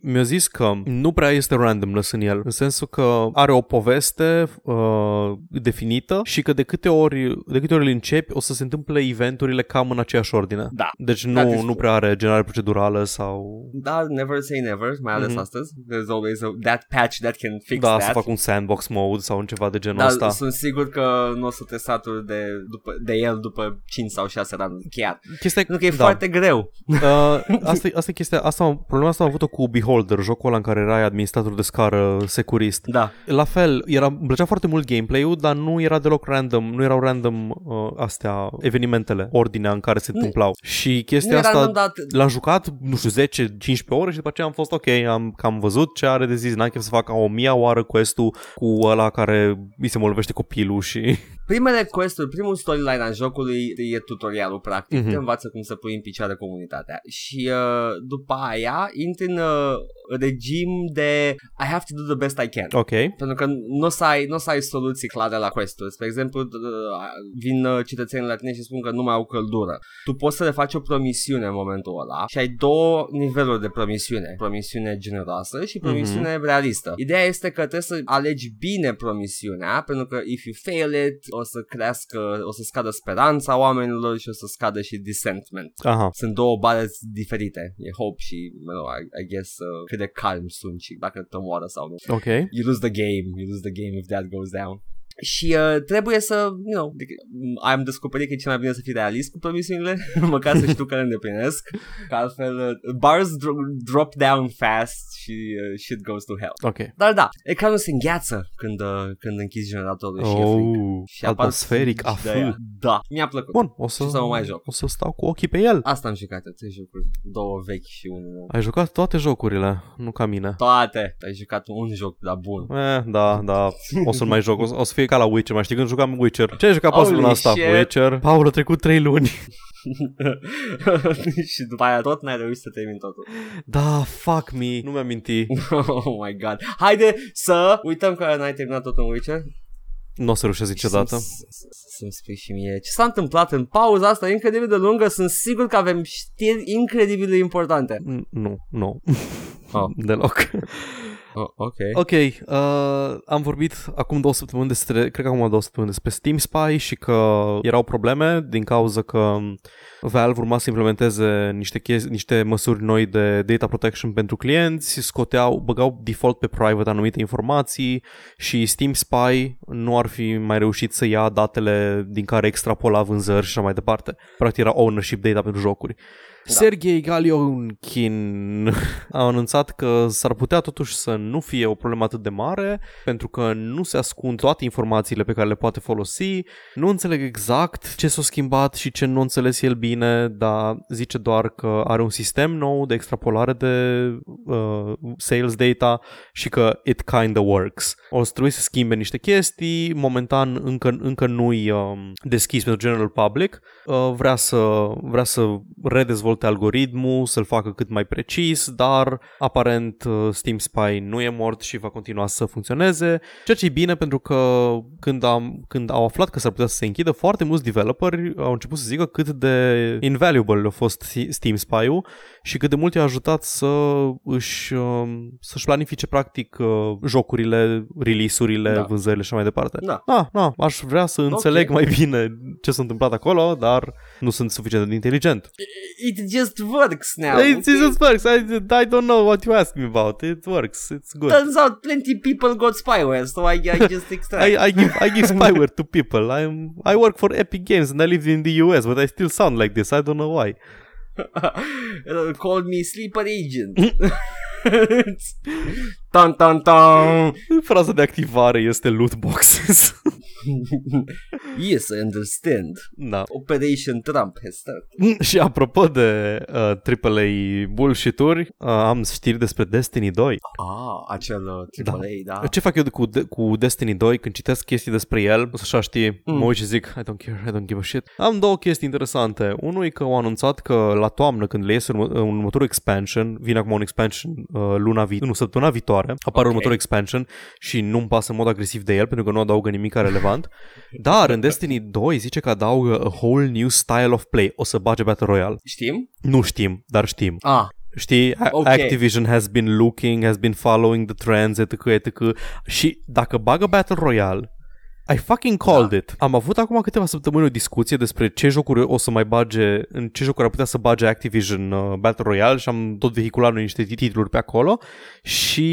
B: mi-a zis că nu prea este randomness în el, în sensul că are o poveste uh, definită și că de câte ori de câte ori îl începi o să se întâmple eventurile cam în aceeași ordine.
A: Da.
B: Deci
A: That is
B: nu, nu
A: true.
B: prea are generare procedurală sau...
A: Da, never say never, mai ales
B: Mhm.
A: astăzi. There's always a, that patch that can fix
B: da,
A: that. Da,
B: să fac un sandbox mode sau un ceva de genul
A: Dar
B: ăsta.
A: sunt sigur că nu o să te saturi de, după, de el după 5 sau 6 randuri chiar.
B: Chestia
A: Pentru că e
B: da.
A: foarte greu.
B: Uh, asta, e- asta e chestia, asta, am- problema asta am avut-o cu Beholder, jocul ăla în care erai administrator de scară securist.
A: Da.
B: La fel, era, îmi plăcea foarte mult gameplay-ul, dar nu era deloc random, nu erau random uh, astea, evenimentele, ordinea în care se
A: Nu-
B: întâmplau. Și
A: Nu
B: chestia
A: era
B: asta,
A: random, dar
B: l-am jucat, nu știu, 10-15 ore și după aceea am fost ok, am cam văzut ce are de zis, n-am chef să fac a o mia oară quest-ul cu ăla care îi se molvește copilul și...
A: primele quest-uri, primul storyline al jocului e tutorialul practic.
B: Mhm.
A: Te învață cum să pui în picioare comunitatea. Și uh, după aia intri în uh, regim de I have to do the best I can.
B: Ok,
A: Pentru că nu o să ai, nu o să ai soluții clare la quest-uri. Spre exemplu, d- d- vin uh, cetățenii la tine și spun că nu mai au căldură. Tu poți să le faci o promisiune în momentul ăla și ai două niveluri de promisiune. Promisiune generoasă și promisiune realistă. Ideea este că trebuie să alegi bine promisiunea, pentru că if you fail it, o să crească, o să scadă speranța oamenilor și o să scadă și dissentment.
B: aha.
A: Sunt două bare diferite. E hope și, you know, I, I guess, uh, cât de calm sunt și dacă te moară sau nu
B: Ok.
A: you lose the game, you lose the game if that goes down. Și uh, trebuie să, you know, adică, am descoperit că e cel mai bine să fii realist cu promisiunile, măcar să știu că le îndeplinesc, că altfel uh, bars dro- drop down fast și uh, shit goes to hell.
B: Ok.
A: Dar da, ecranul se îngheață când, uh, când închizi generatorul și e frig.
B: Oh,
A: Și apar
B: atmosferic,
A: frici de
B: afu.
A: aia. Da, mi-a plăcut.
B: Bun, o să,
A: Și să mă mai joc.
B: o să stau cu ochii pe el.
A: Asta am jucat, trei jocuri, două vechi și unul nou.
B: Ai jucat toate jocurile, nu ca mine.
A: Toate, ai jucat un joc, dar bun.
B: Eh, da, da, o să-l mai joc, o să, o să fie ca la Witcher, mai știi când jucam Witcher. Ce ai jucat Paul
A: Holy
B: luna asta?
A: shit.
B: Witcher. Paul, a trecut 3 luni.
A: și după aia tot n-ai reușit să termin totul.
B: Da, fuck me, nu mi-am mintit.
A: Oh my god. Haide să uităm că n-ai terminat tot în Witcher.
B: Nu o să reușesc niciodată.
A: Și să- să- să- Să-mi spui și mie ce s-a întâmplat în pauza asta incredibil de lungă. Sunt sigur că avem știri incredibil de importante.
B: N- Nu, nu,
A: Oh,
B: deloc.
A: oh ok.
B: Ok, uh, am vorbit acum două săptămâni despre, cred că acum două săptămâni despre Steam Spy și că erau probleme din cauza că Valve urma să implementeze niște, chesti, niște măsuri noi de data protection pentru clienți, scoteau, băgau default pe private anumite informații și Steam Spy nu ar fi mai reușit să ia datele din care extrapola vânzări și așa mai departe. Practic era ownership data pentru jocuri.
A: Da.
B: Sergei Galionkin a anunțat că s-ar putea totuși să nu fie o problemă atât de mare pentru că nu se ascund toate informațiile pe care le poate folosi. Nu înțeleg exact ce s-a schimbat și ce nu a înțeles el bine, dar zice doar că are un sistem nou de extrapolare de uh, sales data și că it kinda works. O să trebui să schimbe niște chestii, momentan încă, încă Uh, nu-i um, deschis pentru general public, Uh, vrea să, vrea să redezvolt dezvolte algoritmul, să-l facă cât mai precis, dar aparent uh, Steam Spy nu e mort și va continua să funcționeze, ceea ce e bine pentru că când, am, când au aflat că s-ar putea să se închidă, foarte mulți developeri au început să zică cât de invaluable a fost Steam Spy-ul și cât de mult i-a ajutat să își, um, să-și planifice practic uh, jocurile, release-urile, da. vânzările și mai departe.
A: Da.
B: Da, da, aș vrea să înțeleg okay. mai bine ce s-a întâmplat acolo, dar nu sunt suficient de inteligent.
A: It just works now.
B: It okay? just works. I, I don't know what you ask me about. It works. It's good.
A: Turns out plenty people got spyware, so I, I just extract.
B: I, I, give, I give spyware to people. I'm, I work for Epic Games and I live in the US, but I still sound like this. I don't know why.
A: Call me sleeper agent. tan, tan, tan.
B: Fraza de activare este loot boxes.
A: yes, I understand.
B: Da.
A: Operation Trump has
B: started. Și apropo de uh, AAA bullshit-uri, uh, am știri despre Destiny 2.
A: Ah, acel uh, AAA, da.
B: da. Ce fac eu cu, de- cu Destiny 2 când citesc chestii despre el? O să așa știi, mm. mă uit și zic, I don't care, I don't give a shit. Am două chestii interesante. Unul e că au anunțat că la toamnă, când le iese urmă- un următor expansion, vine acum un expansion uh, luna viitoare, nu, săptămâna viitoare, apare okay. următor expansion și nu-mi pasă în mod agresiv de el pentru că nu adaugă nimic relevant relevant. Dar în Destiny 2 zice că adaugă a whole new style of play. O să bage Battle Royale.
A: Știm?
B: Nu știm, dar știm.
A: Ah.
B: Știi, okay. Activision has been looking, has been following the trends, etc., etc. Și dacă bagă Battle Royale, I fucking called da. it. Am avut acum câteva săptămâni o discuție despre ce jocuri o să mai bage, în ce jocuri ar putea să bage Activision uh, Battle Royale și am tot vehiculat noi niște titluri pe acolo și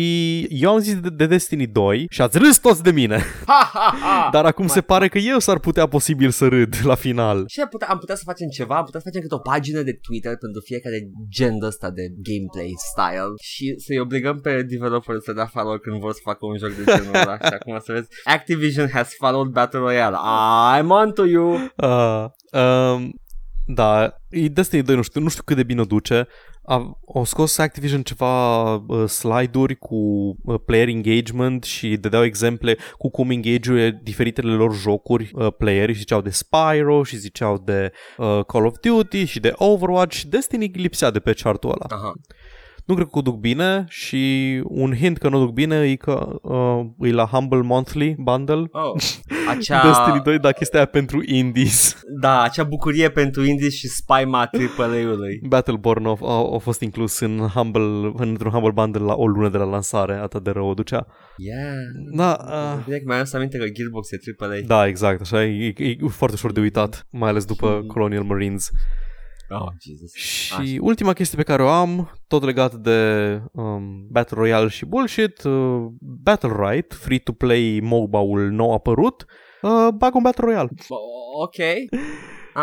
B: eu am zis de, de Destiny 2 și ați râs toți de mine.
A: Ha, ha, ha.
B: Dar acum Da, mai... se pare că eu s-ar putea posibil să râd la final.
A: Și am putea, am putea să facem ceva, am putea să facem câte o pagină de Twitter pentru fiecare gen ăsta de gameplay style și să-i obligăm pe developeri să dea follow când vor să facă un joc de genul ăla și acum să vezi Activision has followed Battle Royale. I'm on to you.
B: Uh, um, da, Destiny 2 nu știu, nu știu cât de bine o duce. A, au scos Activision ceva uh, slide-uri cu uh, player engagement și dădeau exemple cu cum engage diferitele lor jocuri uh, playeri și ziceau de Spyro și ziceau de uh, Call of Duty și de Overwatch și Destiny lipsea de pe chartul ăla.
A: Aha
B: nu cred că o duc bine și un hint că nu o duc bine e că uh, e la Humble Monthly Bundle.
A: Oh, acea...
B: Destiny 2, dacă este aia pentru indies.
A: Da, acea bucurie pentru indies și spaima AAA-ului.
B: Battleborn a, a, a fost inclus în Humble, într-un Humble Bundle la o lună de la lansare, atât de rău o ducea.
A: Yeah.
B: Da.
A: Uh... Bine că mi-am aminte că Gearbox e AAA.
B: Da, exact, așa e, e, e foarte ușor de uitat, mai ales după Colonial Marines.
A: Oh, Jesus.
B: Și Așa. ultima chestie pe care o am, tot legat de um, Battle Royale și bullshit, uh, Battle Right, free-to-play MOBA-ul nou apărut, uh, bag un Battle Royale.
A: Ok.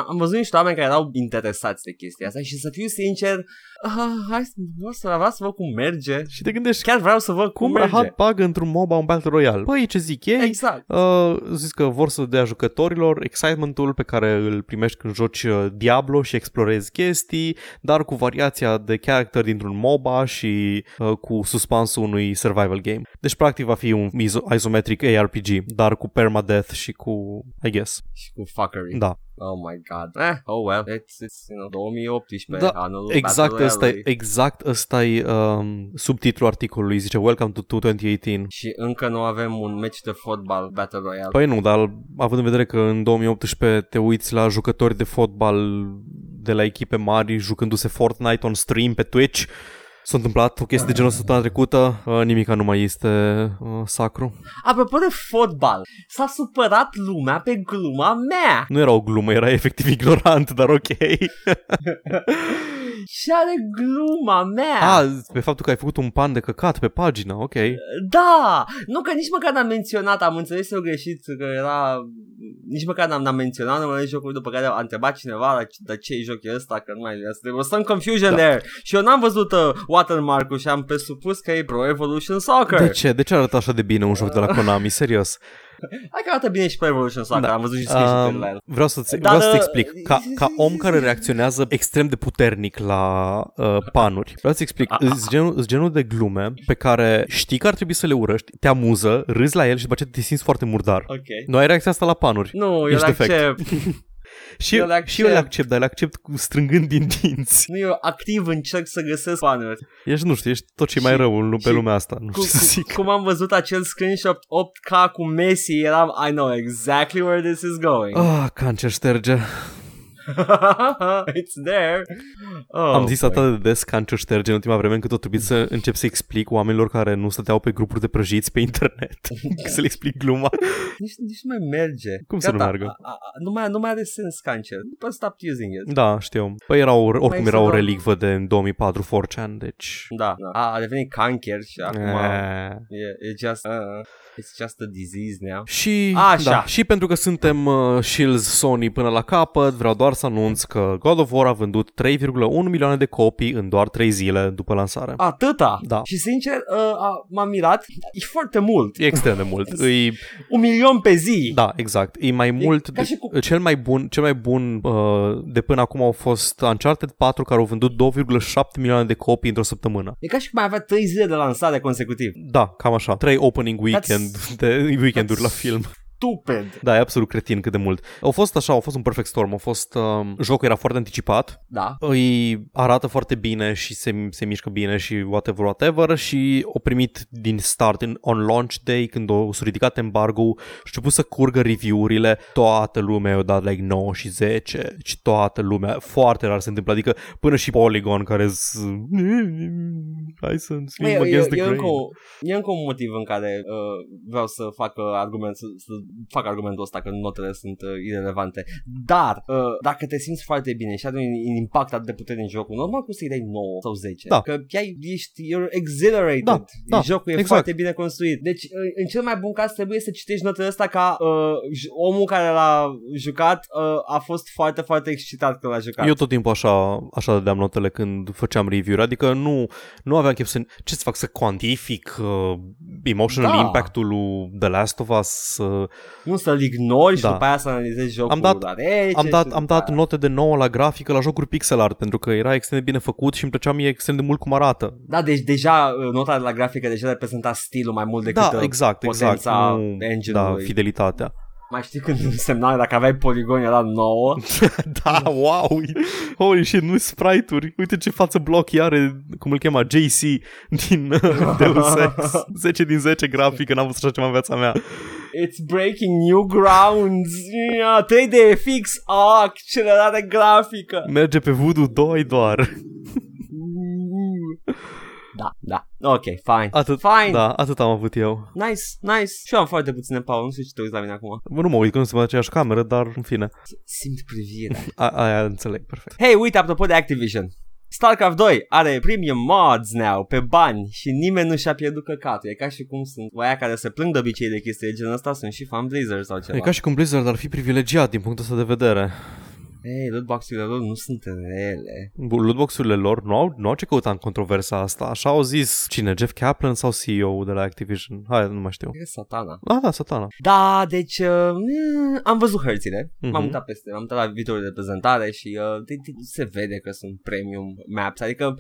A: Am văzut niște oameni care erau interesați de chestia asta și să fiu sincer, uh, hai vreau să, vreau să văd cum merge.
B: Și te gândești,
A: chiar vreau să văd cum,
B: cum rahat bag într-un MOBA un Battle Royale. Păi ce zic ei,
A: exact.
B: uh, zic că vor să dea jucătorilor excitementul pe care îl primești când joci uh, Diablo și explorezi chestii, dar cu variația de character dintr-un MOBA și uh, cu suspansul unui survival game. Deci practic va fi un iso- isometric ARPG, dar cu permadeath și cu, I guess.
A: Și cu fuckery.
B: Da.
A: Oh my god. Eh, oh well, it's, it's you know, 2018,
B: da,
A: anul
B: exact ăsta
A: e,
B: exact ăsta e um, subtitlul articolului, zice Welcome to 2018.
A: Și încă nu avem un meci de fotbal Battle Royale.
B: Păi nu, dar având în vedere că în 2018 te uiți la jucători de fotbal de la echipe mari jucându-se Fortnite on stream pe Twitch, S-a întâmplat o chestie de genul săptămâna trecută, uh, nimica nu mai este uh, sacru.
A: Apropo de fotbal, s-a supărat lumea pe gluma mea.
B: Nu era o glumă, era efectiv ignorant, dar ok.
A: Ce are gluma mea?
B: A, Ah, pe faptul că ai făcut un pan de căcat pe pagină, ok.
A: Da! Nu că nici măcar n-am menționat, am înțeles eu greșit că era... Nici măcar n-am, n-am menționat numele jocului după care a întrebat cineva la, de ce joc e ăsta, că nu mai este. O să confusion da. there. Și eu n-am văzut uh, watermark-ul și am presupus că e Pro Evolution Soccer.
B: De ce? De ce arată așa de bine un joc de la Konami? Serios.
A: Hai că arată bine și pe Evolution Soccer, da. am văzut și screenshot-urile um, la el.
B: Vreau să-ți, Dar, vreau să-ți
A: uh,
B: explic. Ca, ca om care reacționează extrem de puternic la uh, panuri, vreau să-ți explic. Îți genul, genul de glume pe care știi că ar trebui să le urăști, te amuză, râzi la el și după aceea te simți foarte murdar.
A: Okay.
B: Nu ai reacția asta la panuri.
A: Nu,
B: Ești
A: eu
B: defect.
A: accept.
B: Și eu,
A: Eu le
B: le și eu le
A: accept.
B: accept, dar le accept cu strângând din dinți.
A: Nu, eu activ încerc să găsesc fanuri.
B: Ești, nu știu, ești tot ce e
A: Și-
B: mai rău în lu- pe
A: și
B: lumea asta. Nu
A: Cu,
B: știu să zic.
A: cu, cum am văzut acel screenshot 8K cu Messi, eram, I know exactly where this is going.
B: Ah, cancer șterge.
A: It's there. Oh,
B: Am zis
A: boy.
B: atât de des cancer șterge în ultima vreme încât o trebuie să încep să explic oamenilor care nu stăteau pe grupuri de prăjiți pe internet. să le explic gluma.
A: Nici, nici nu mai merge.
B: Cum să nu meargă?
A: A, a, a, nu, mai, nu mai are sens cancer. But stop using it.
B: Da, știu. Păi era o, oricum
A: este
B: era o
A: doar-
B: relicvă de 2004 4chan, deci... eh.
A: Da, Eh. da. A, a devenit cancer și acum...
B: E.
A: Yeah, it just, uh, it's just a disease now.
B: Și,
A: Așa.
B: Da, și pentru că suntem uh, Shields Sony până la capăt, vreau doar să anunț că God of War a vândut 3,1 milioane de copii în doar 3 zile după lansare.
A: Atâta?
B: Da.
A: Și sincer, uh, a, m-am mirat, e foarte mult.
B: E extrem de mult. E,
A: Un milion pe zi.
B: da, exact. E mai mult.
A: ca și cu-
B: Cel mai bun, cel mai bun uh, de până acum au fost Uncharted 4, care au vândut 2,7 milioane de copii într-o săptămână.
A: E ca și cum mai avea 3 zile de lansare consecutiv.
B: Da, cam așa. Trei opening weekend de weekenduri la film.
A: Stupid.
B: Da, e absolut cretin cât de mult. Au fost așa, au fost un perfect storm. Au fost um, jocul era foarte anticipat,
A: Da.
B: îi arată foarte bine și se, se mișcă bine și whatever, whatever și o primit din start, în, on launch day, când o s-a ridicat embargo și a început să curgă review-urile, toată lumea i-a dat like 9 și 10 și toată lumea, foarte rar se întâmplă, adică până și Polygon care z- hai să
A: Măi,
B: swim against the
A: e,
B: grain.
A: încă, o- e încă un motiv în care uh, vreau să fac, uh, argument, să, să fac argumentul ăsta că notele sunt uh, irelevante. Dar, uh, dacă te simți foarte bine și are un, un impact atât de puternic în jocul, normal cum să-i dai 9 sau 10.
B: Da.
A: Că ai, ești you're exhilarated.
B: Da, da,
A: jocul e
B: exact.
A: foarte bine construit. Deci, uh, în cel mai bun caz, trebuie să citești notele astea ca uh, j- omul care l-a jucat uh, a fost foarte, foarte excitat că l-a jucat.
B: Eu tot timpul așa, așa dădeam notele când făceam review-uri, adică nu, nu aveam chef să... Ce să fac, să cuantific uh, emotional
A: Da.
B: impact-ul lui The Last of Us? Uh,
A: Nu să-l ignori și
B: Da.
A: după aia să analizezi jocul
B: Am dat-
A: la rece
B: am
A: și
B: dat,
A: după
B: am dat
A: aia.
B: note de 9 la grafică, la jocuri pixel art, pentru că era extrem de bine făcut și îmi plăcea mie extrem de mult cum arată.
A: Da, deci deja uh, nota de la grafică deja reprezenta stilul mai mult decât
B: da,
A: uh,
B: exact, exact.
A: potența
B: Nu, da,
A: engine-ului.
B: fidelitatea.
A: Mai știi când însemna dacă aveai poligoni era 9
B: da, wow! Holy shit, nu sprite-uri. Uite ce față bloc are, cum îl chema, JC din uh, Deus Ex. 10 din 10 grafică, n-am văzut așa ceva în viața mea.
A: It's breaking new grounds yeah, 3D fix oh, Accelerare grafică
B: Merge pe Voodoo 2 doar.
A: Mm. Da, da Ok, fine
B: Atât,
A: Fine
B: Da, atât am avut eu.
A: Nice, nice Și eu am foarte puține pauză Nu știu ce te uiți la mine acum
B: Bă, Nu mă uit, că nu sunt în aceeași cameră, dar în fine.
A: Simt privirea
B: A, aia înțeleg, perfect.
A: Hei, uite, apropo de Activision. StarCraft 2 are premium mods now pe bani și nimeni nu și-a pierdut căcatul. E ca și cum sunt oia care se plâng de obicei de chestii de genul ăsta, sunt și fan Blizzard sau ceva.
B: E ca și cum Blizzard ar fi privilegiat din punctul ăsta de vedere.
A: Hei, lootbox-urile lor nu sunt rele.
B: Bu- Lootbox-urile lor nu au, nu au ce căuta în controversa asta. Așa au zis cine, Jeff Kaplan sau CEO de la Activision? Hai, nu mai știu.
A: E satana.
B: Ah, da, satana.
A: Da, deci uh, mm, am văzut hărțile,
B: Mhm.
A: m-am uitat peste, m-am uitat la videoul de prezentare și uh, de, de, se vede că sunt premium maps, adică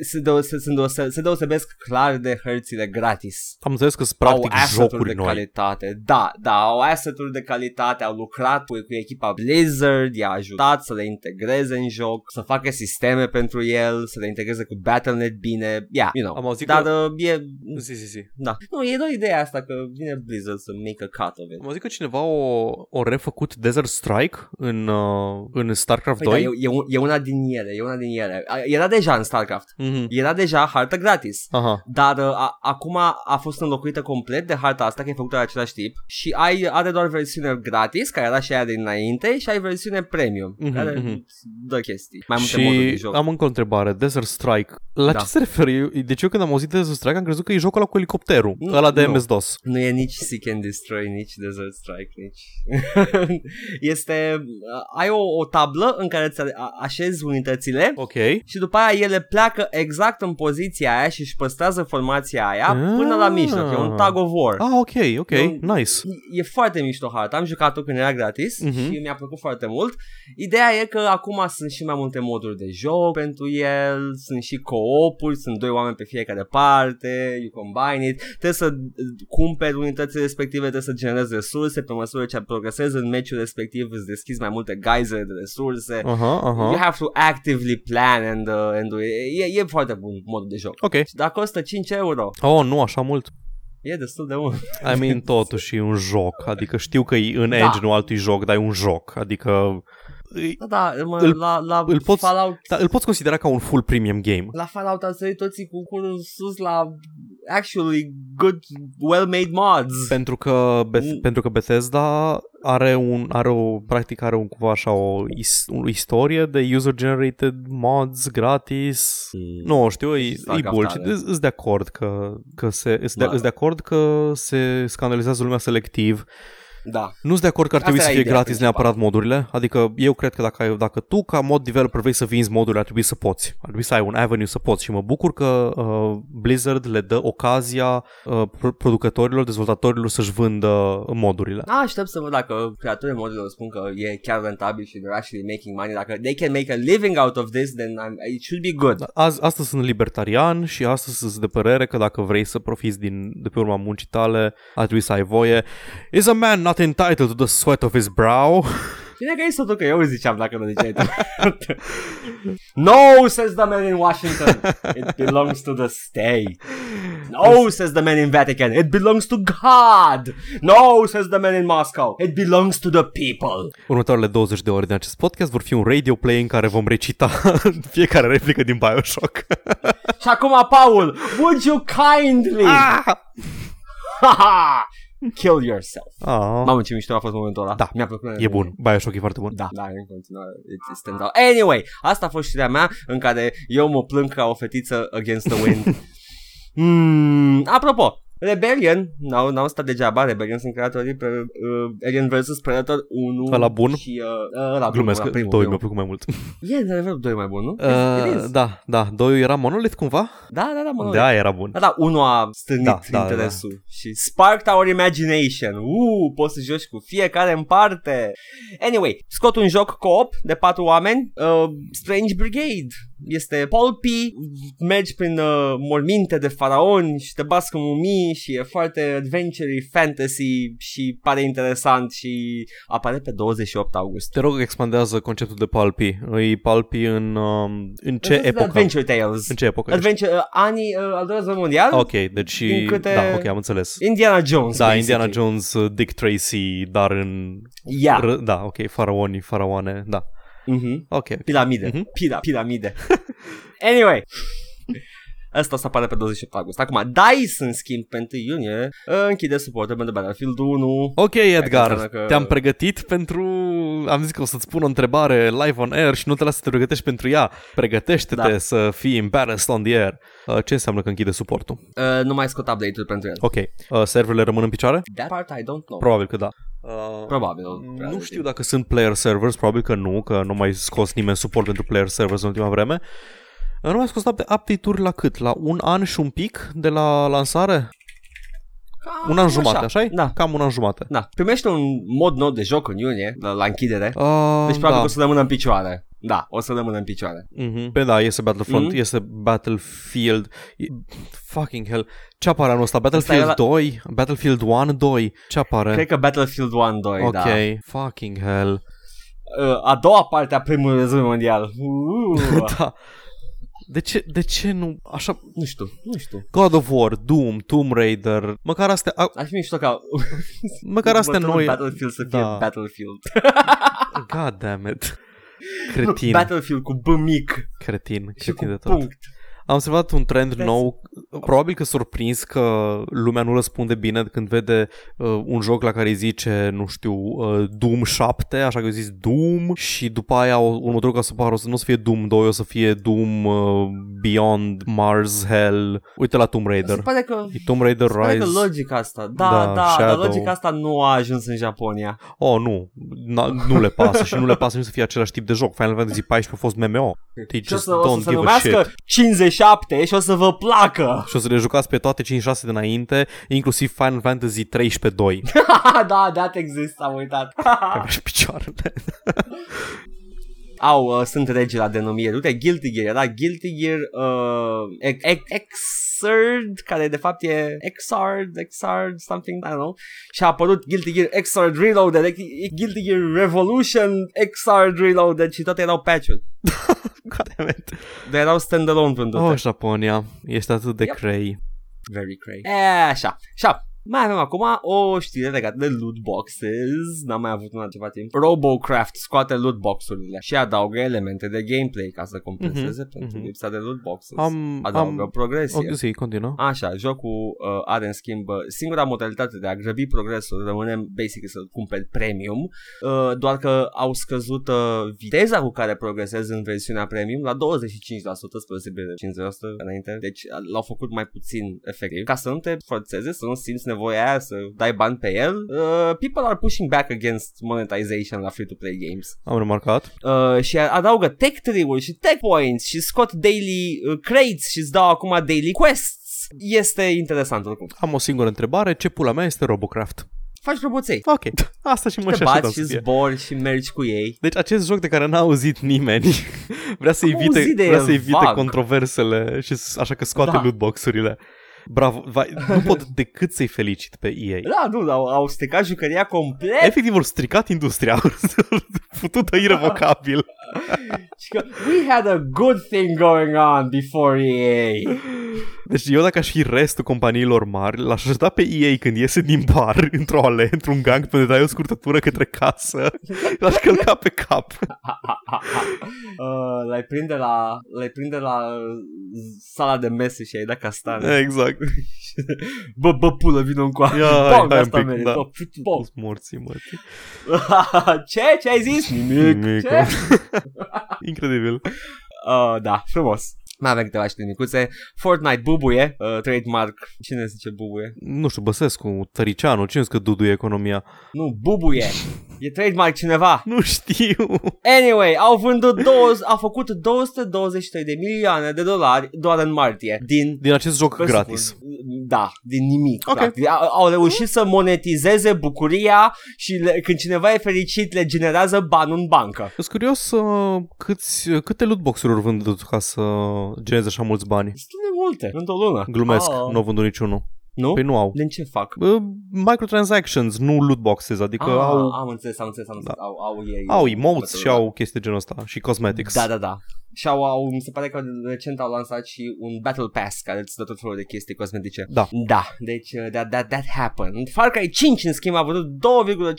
A: se, deose, sunt deose, se deosebesc clar de hărțile gratis.
B: Am înțeles că sunt practic
A: au asset-uri
B: jocuri
A: de
B: noi.
A: calitate. Da, da, au asset-uri de calitate, au lucrat cu, cu echipa Blizzard, i-a ajutat să le integreze în joc, să facă sisteme pentru el, să le integreze cu Battle.net bine. Yeah, you know.
B: Am auzit
A: Dar
B: că...
A: uh, e,
B: Zi, zi, zi.
A: da. Nu, e doar ideea asta că vine Blizzard să make a cut of it.
B: Am auzit că cineva o, o refăcut Desert Strike în, uh, în StarCraft
A: Păi da,
B: 2.
A: e, e, un- e, una din ele, e una din ele. A- Era deja în StarCraft.
B: Mhm.
A: Era deja hartă gratis.
B: Aha.
A: Dar uh, a, acum a fost înlocuită complet de harta asta, că e făcută de același tip și ai, are doar versiune gratis, care era și aia de înainte, și ai versiune premium,
B: Mhm,
A: mm-hmm, care
B: mhm.
A: îți dă chestii, mai multe moduri de
B: și
A: joc.
B: am încă o întrebare, Desert Strike, la
A: Da.
B: ce se referă? Eu- Deci eu când am auzit Desert Strike am crezut că e jocul ăla cu helicopterul,
A: Nu,
B: ăla de
A: nu.
B: MS-DOS.
A: Nu e nici Seek and Destroy, nici Desert Strike, nici... este... uh, Ai o, o tablă în care îți a- a- așezi unitățile
B: Ok.
A: și după aia ele pleacă exact în poziția aia și își păstrează formația aia până la mijloc. E un tag of war.
B: Ah, ok, ok,
A: Eu-
B: nice.
A: E foarte mișto harta, am jucat-o când era gratis
B: Mhm.
A: și mi-a plăcut foarte mult. Ideea e că acum sunt și mai multe moduri de joc pentru el, sunt și co-opuri, sunt doi oameni pe fiecare parte, you combine it, trebuie să cumperi unitățile respective, trebuie să generezi resurse pe măsură ce progresezi în meciul respectiv, îți deschizi mai multe gaizere de resurse.
B: Aha, aha.
A: You have to actively plan and, uh, and e, e foarte bun modul de joc.
B: Ok.
A: Dar costă 5 euro.
B: Oh, nu așa mult.
A: E destul de mult.
B: I mean, totuși e un joc. Adică știu că e în
A: Da.
B: da. engine-ul altui joc, dar e un joc. Adică e-
A: Da, da, mă,
B: Îl-
A: la, la
B: îl poți-
A: Fallout
B: da, îl poți considera ca un full premium game.
A: la Fallout au sărit toții cu curul în sus la actually good, well-made mods.
B: Pentru că, Beth-
A: Mm.
B: pentru că Bethesda are un are o practic are un cumva așa o, is- o istorie de user generated mods gratis. Nu știu, e, e
A: Starcraft
B: bullshit.
A: are.
B: Sunt de acord că, că se, îs de,
A: Da.
B: îs de acord că se scandalizează lumea selectiv.
A: Da.
B: Nu sunt de acord că ar
A: Asta
B: trebui să
A: era
B: fie
A: ideea
B: gratis
A: principală.
B: neapărat modurile. Adică eu cred că dacă, ai- dacă tu ca mod developer vrei să vinzi modurile, ar trebui să poți. Ar trebui să ai un avenue să poți și mă bucur că uh, Blizzard le dă ocazia uh, pro- producătorilor, dezvoltatorilor să-și vândă modurile.
A: Aștept să văd dacă creatorii modelor spun că e chiar rentabil și they're actually making money. Dacă they can make a living out of this, then I'm, it should be good.
B: Azi, astăzi sunt libertarian și astăzi sunt de părere că dacă vrei să profiți din, de pe urma muncii tale, ar trebui să ai voie. Is a man not entitled to the sweat of his brow?
A: Bine că e sotul că eu îl ziceam dacă nu ziceai tu. no, says the man in Washington. It belongs to the state. No, says the man in Vatican. It belongs to God. No, says the man in Moscow. It belongs to the people.
B: Următoarele 20 de ore din acest podcast vor fi un radio play în care vom recita fiecare replică din Bioshock.
A: Și acum, Paul, would you kindly...
B: Ah!
A: Kill yourself.
B: Ah,
A: Mamă, ce mișto a fost momentul ăla.
B: Da.
A: Mi-a plăcut.
B: e bun. Bioshock e foarte bun.
A: Da, da, în continuare it's stand out. Anyway, asta a fost știrea mea în care eu mă plâng ca o fetiță against the wind. mm, apropo, Rebellion, n-au, n-au stat degeaba, Rebellion sunt creatorii pe uh, Alien vs Predator 1
B: Ăla bun?
A: și uh, ăla
B: Glumesc,
A: bun, ăla primul,
B: doi mi-a
A: primul.
B: plăcut mai mult.
A: E într-adevăr 2 mai bun, nu? It
B: Uh,
A: is.
B: da, da, doi era Monolith cumva?
A: da, da, da, mă da.
B: Da, era bun.
A: Da, da, unul a strânit da, da,
B: Da, da,
A: interesul da, da. și sparked our imagination. Uuu, poți să joci cu fiecare în parte. Anyway, scot un joc co-op de patru oameni, uh, Strange Brigade. Este polpi, mergi prin uh, morminte de faraoni și te bați cu mumii și e foarte adventure fantasy și pare interesant și apare pe 28 august.
B: Te rog, expandează conceptul de palpi. Îi palpi în, um, în ce
A: Sunt
B: epocă?
A: Adventure Tales.
B: În ce epocă ești?
A: Adventure, uh, anii uh, al doilea război mondial.
B: Ok, deci...
A: Din câte-
B: Da, ok, am înțeles.
A: Indiana Jones.
B: Da,
A: basically.
B: Indiana Jones, Dick Tracy, dar în...
A: Yeah.
B: ră- Da, ok, faraoni, faraoane, da.
A: Mhm.
B: Ok,
A: Piramide.
B: Mhm.
A: Pira, piramide. anyway. Asta o să apare pe 28 august. Acum, DICE, în schimb, pe 1 iunie, ă, închide suportul pentru Battlefield 1.
B: Ok, Edgar,
A: înseamnă că-
B: te-am pregătit pentru... Am zis că o să-ți pun o întrebare live on air și nu te las să te pregătești pentru ea. Pregătește-te
A: Da.
B: să fii embarrassed on the air. Uh, ce înseamnă că închide suportul?
A: Uh, nu mai scot update-ul pentru el.
B: Ok, uh, serverele rămân în picioare?
A: That part I don't know.
B: Probabil că da. Uh,
A: Probabil.
B: nu știu dacă sunt player servers, probabil că nu, că nu mai scos nimeni suport pentru player servers în ultima vreme. Uh, Nu mai scos update- update-uri la cât? La un an și un pic de la lansare?
A: Cam
B: Un an jumate, așa
A: Ah, Da.
B: Cam un an jumate.
A: Da. Primește un mod nou de joc în iunie, la, la închidere.
B: Uh,
A: Deci, probabil că o să rămână în picioare. Da, o să rămână în picioare.
B: Mm-hmm. Pe da, este Battlefront,
A: Mhm.
B: mm-hmm. este Battlefield, e- fucking hell, ce apare anul ăsta?
A: Ăsta
B: Battlefield
A: era-
B: 2? Battlefield 1, 2? Ce apare?
A: Cred că Battlefield 1, 2,
B: Eh. ok,
A: da.
B: fucking hell.
A: Uh, a doua parte a primului război mondial. Uh,
B: da. De ce, de ce nu, așa,
A: nu știu, nu știu.
B: God of War, Doom, Tomb Raider, măcar astea, a,
A: Ar fi mișto ca
B: măcar astea
A: Următorul
B: noi,
A: Battlefield să fie
B: Da.
A: Battlefield.
B: god damn it.
A: Nu,
B: Cretin,
A: Battlefield cu B mic
B: cretin,
A: și cu
B: cretin de tot.
A: punct.
B: Am observat un trend
A: Vezi?
B: nou, probabil că surprins că lumea nu răspunde bine când vede uh, un joc la care îi zice, nu știu, uh, Doom 7, așa că eu zis Doom și după aia o- următorul ca să pară o să nu o să fie Doom 2, o să fie Doom uh, Beyond Mars Hell. Uite la Tomb Raider.
A: Se pare că...
B: E Tomb Raider
A: se pare
B: Rise.
A: că logica asta, da,
B: Da,
A: da, da dar
B: Shadow.
A: logica asta nu a ajuns în Japonia.
B: Oh, nu. Na, nu le pasă și nu le pasă nici să fie același tip de joc. Final Fantasy 14 a fost MMO. They
A: Și o
B: just
A: să, o să
B: don't
A: se
B: give a shit.
A: numească 57 și o să vă placă.
B: Și o să le jucați pe toate 5-6 dinainte, inclusiv Final Fantasy 13 2.
A: da, that exists, am uitat.
B: Am și picioarele.
A: au, uh, sunt regi la denumiri. Uite, Guilty Gear, era Guilty Gear uh, Ex- Exard, care de fapt e Exard, Exard, something, I don't know. Și a apărut Guilty Gear Exard Reloaded, Ex- Guilty Gear Revolution, Exard Reloaded și toate erau patch-uri.
B: Goddammit.
A: Dar erau standalone vândute.
B: Oh, Japonia, este atât de
A: Yep.
B: cray.
A: Very cray. E, așa. Și ap- mai avem acum o știre legată de loot boxes. N-am mai avut una ceva timp. Robocraft scoate loot boxurile și adaugă elemente de gameplay ca să compenseze
B: Mhm,
A: pentru
B: mhm.
A: lipsa de loot boxes.
B: Am,
A: adaugă
B: am,
A: progresie.
B: o zi, continuă.
A: Așa, jocul uh, are în schimb uh, singura modalitate de a grăbi progresul, rămâne basic să-l cumperi premium, uh, doar că au scăzut uh, viteza cu care progresezi în versiunea premium la 25% spre deosebire de 50% înainte, deci uh, l-au făcut mai puțin efectiv. Ca să nu te forțeze, să nu simți nevoia aia să dai bani pe el, uh, people are pushing back against monetization la free-to-play games.
B: Am remarcat.
A: Uh, și adaugă tech tree-uri și tech points și scot daily uh, crates și îți dau acum daily quests. Este interesant oricum.
B: Am o singură întrebare. Ce pula mea este Robocraft?
A: Faci roboței.
B: Ok, asta și mă
A: Te
B: și
A: bați
B: așteptam
A: și
B: să fie.
A: zbori și mergi cu ei.
B: Deci acest joc de care n-a auzit nimeni vrea să
A: Am
B: evite,
A: auzit de
B: vrea
A: el,
B: să evite
A: vag.
B: controversele și s- așa că scoate
A: Da.
B: da. lootbox-urile. Bravo, vai, nu pot decât să-i felicit pe EA.
A: Da, nu, au, au stricat jucăria complet
B: Efectiv, au stricat industria, au putut irevocabil.
A: și că we had a good thing going on before EA.
B: Deci eu dacă aș fi restul companiilor mari, l-aș ajuta pe EA când iese din bar, într-o ale, într-un gang, până dai o scurtătură către casă, l-aș călca pe cap.
A: Uh, l-ai prinde la, l-ai prinde la uh, sala de mese și ai dat castane.
B: Exact.
A: bă, bă, pulă, vină încoa.
B: Ia, hai,
A: Bong,
B: hai un
A: asta
B: pic,
A: merită.
B: da.
A: Bă, putu, bong.
B: Toți morții, mă.
A: Ce? Ce ai zis?
B: Nimic.
A: Ce?
B: Incredibil.
A: Uh, da, frumos. Mai avem câteva știri micuțe. Fortnite bubuie, uh, trademark. Cine zice bubuie?
B: Nu știu, Băsescu, Tăricianu, cine zice că duduie economia?
A: Nu, bubuie. E trademark cineva.
B: Nu știu.
A: Anyway, au vândut 20, au făcut 223 de milioane de dolari doar în martie. Din Păi,
B: Din acest joc gratis.
A: Da, din nimic.
B: Ok.
A: practic. Au, au reușit să monetizeze bucuria și le, când cineva e fericit le generează bani în bancă.
B: Sunt curios uh, câți, câte lootbox-uri ori vândut ca să genereze așa mulți bani.
A: Sunt de multe, într-o lună.
B: Glumesc,
A: Ah.
B: nu au vândut niciunul.
A: Nu?
B: Păi nu au.
A: De ce fac?
B: Uh, microtransactions, nu loot boxes, adică
A: Ah,
B: au, Da.
A: Am înțeles, am înțeles, am înțeles. Au, au, ei,
B: au emotes
A: da.
B: și au chestii de genul ăsta și cosmetics.
A: Da, da, da. Și au, au, mi se pare că recent au lansat și un Battle Pass care îți dă tot felul de chestii cosmetice.
B: Da.
A: Da, deci uh, that, that, that happened. Far Cry 5, în schimb, a vândut 2,5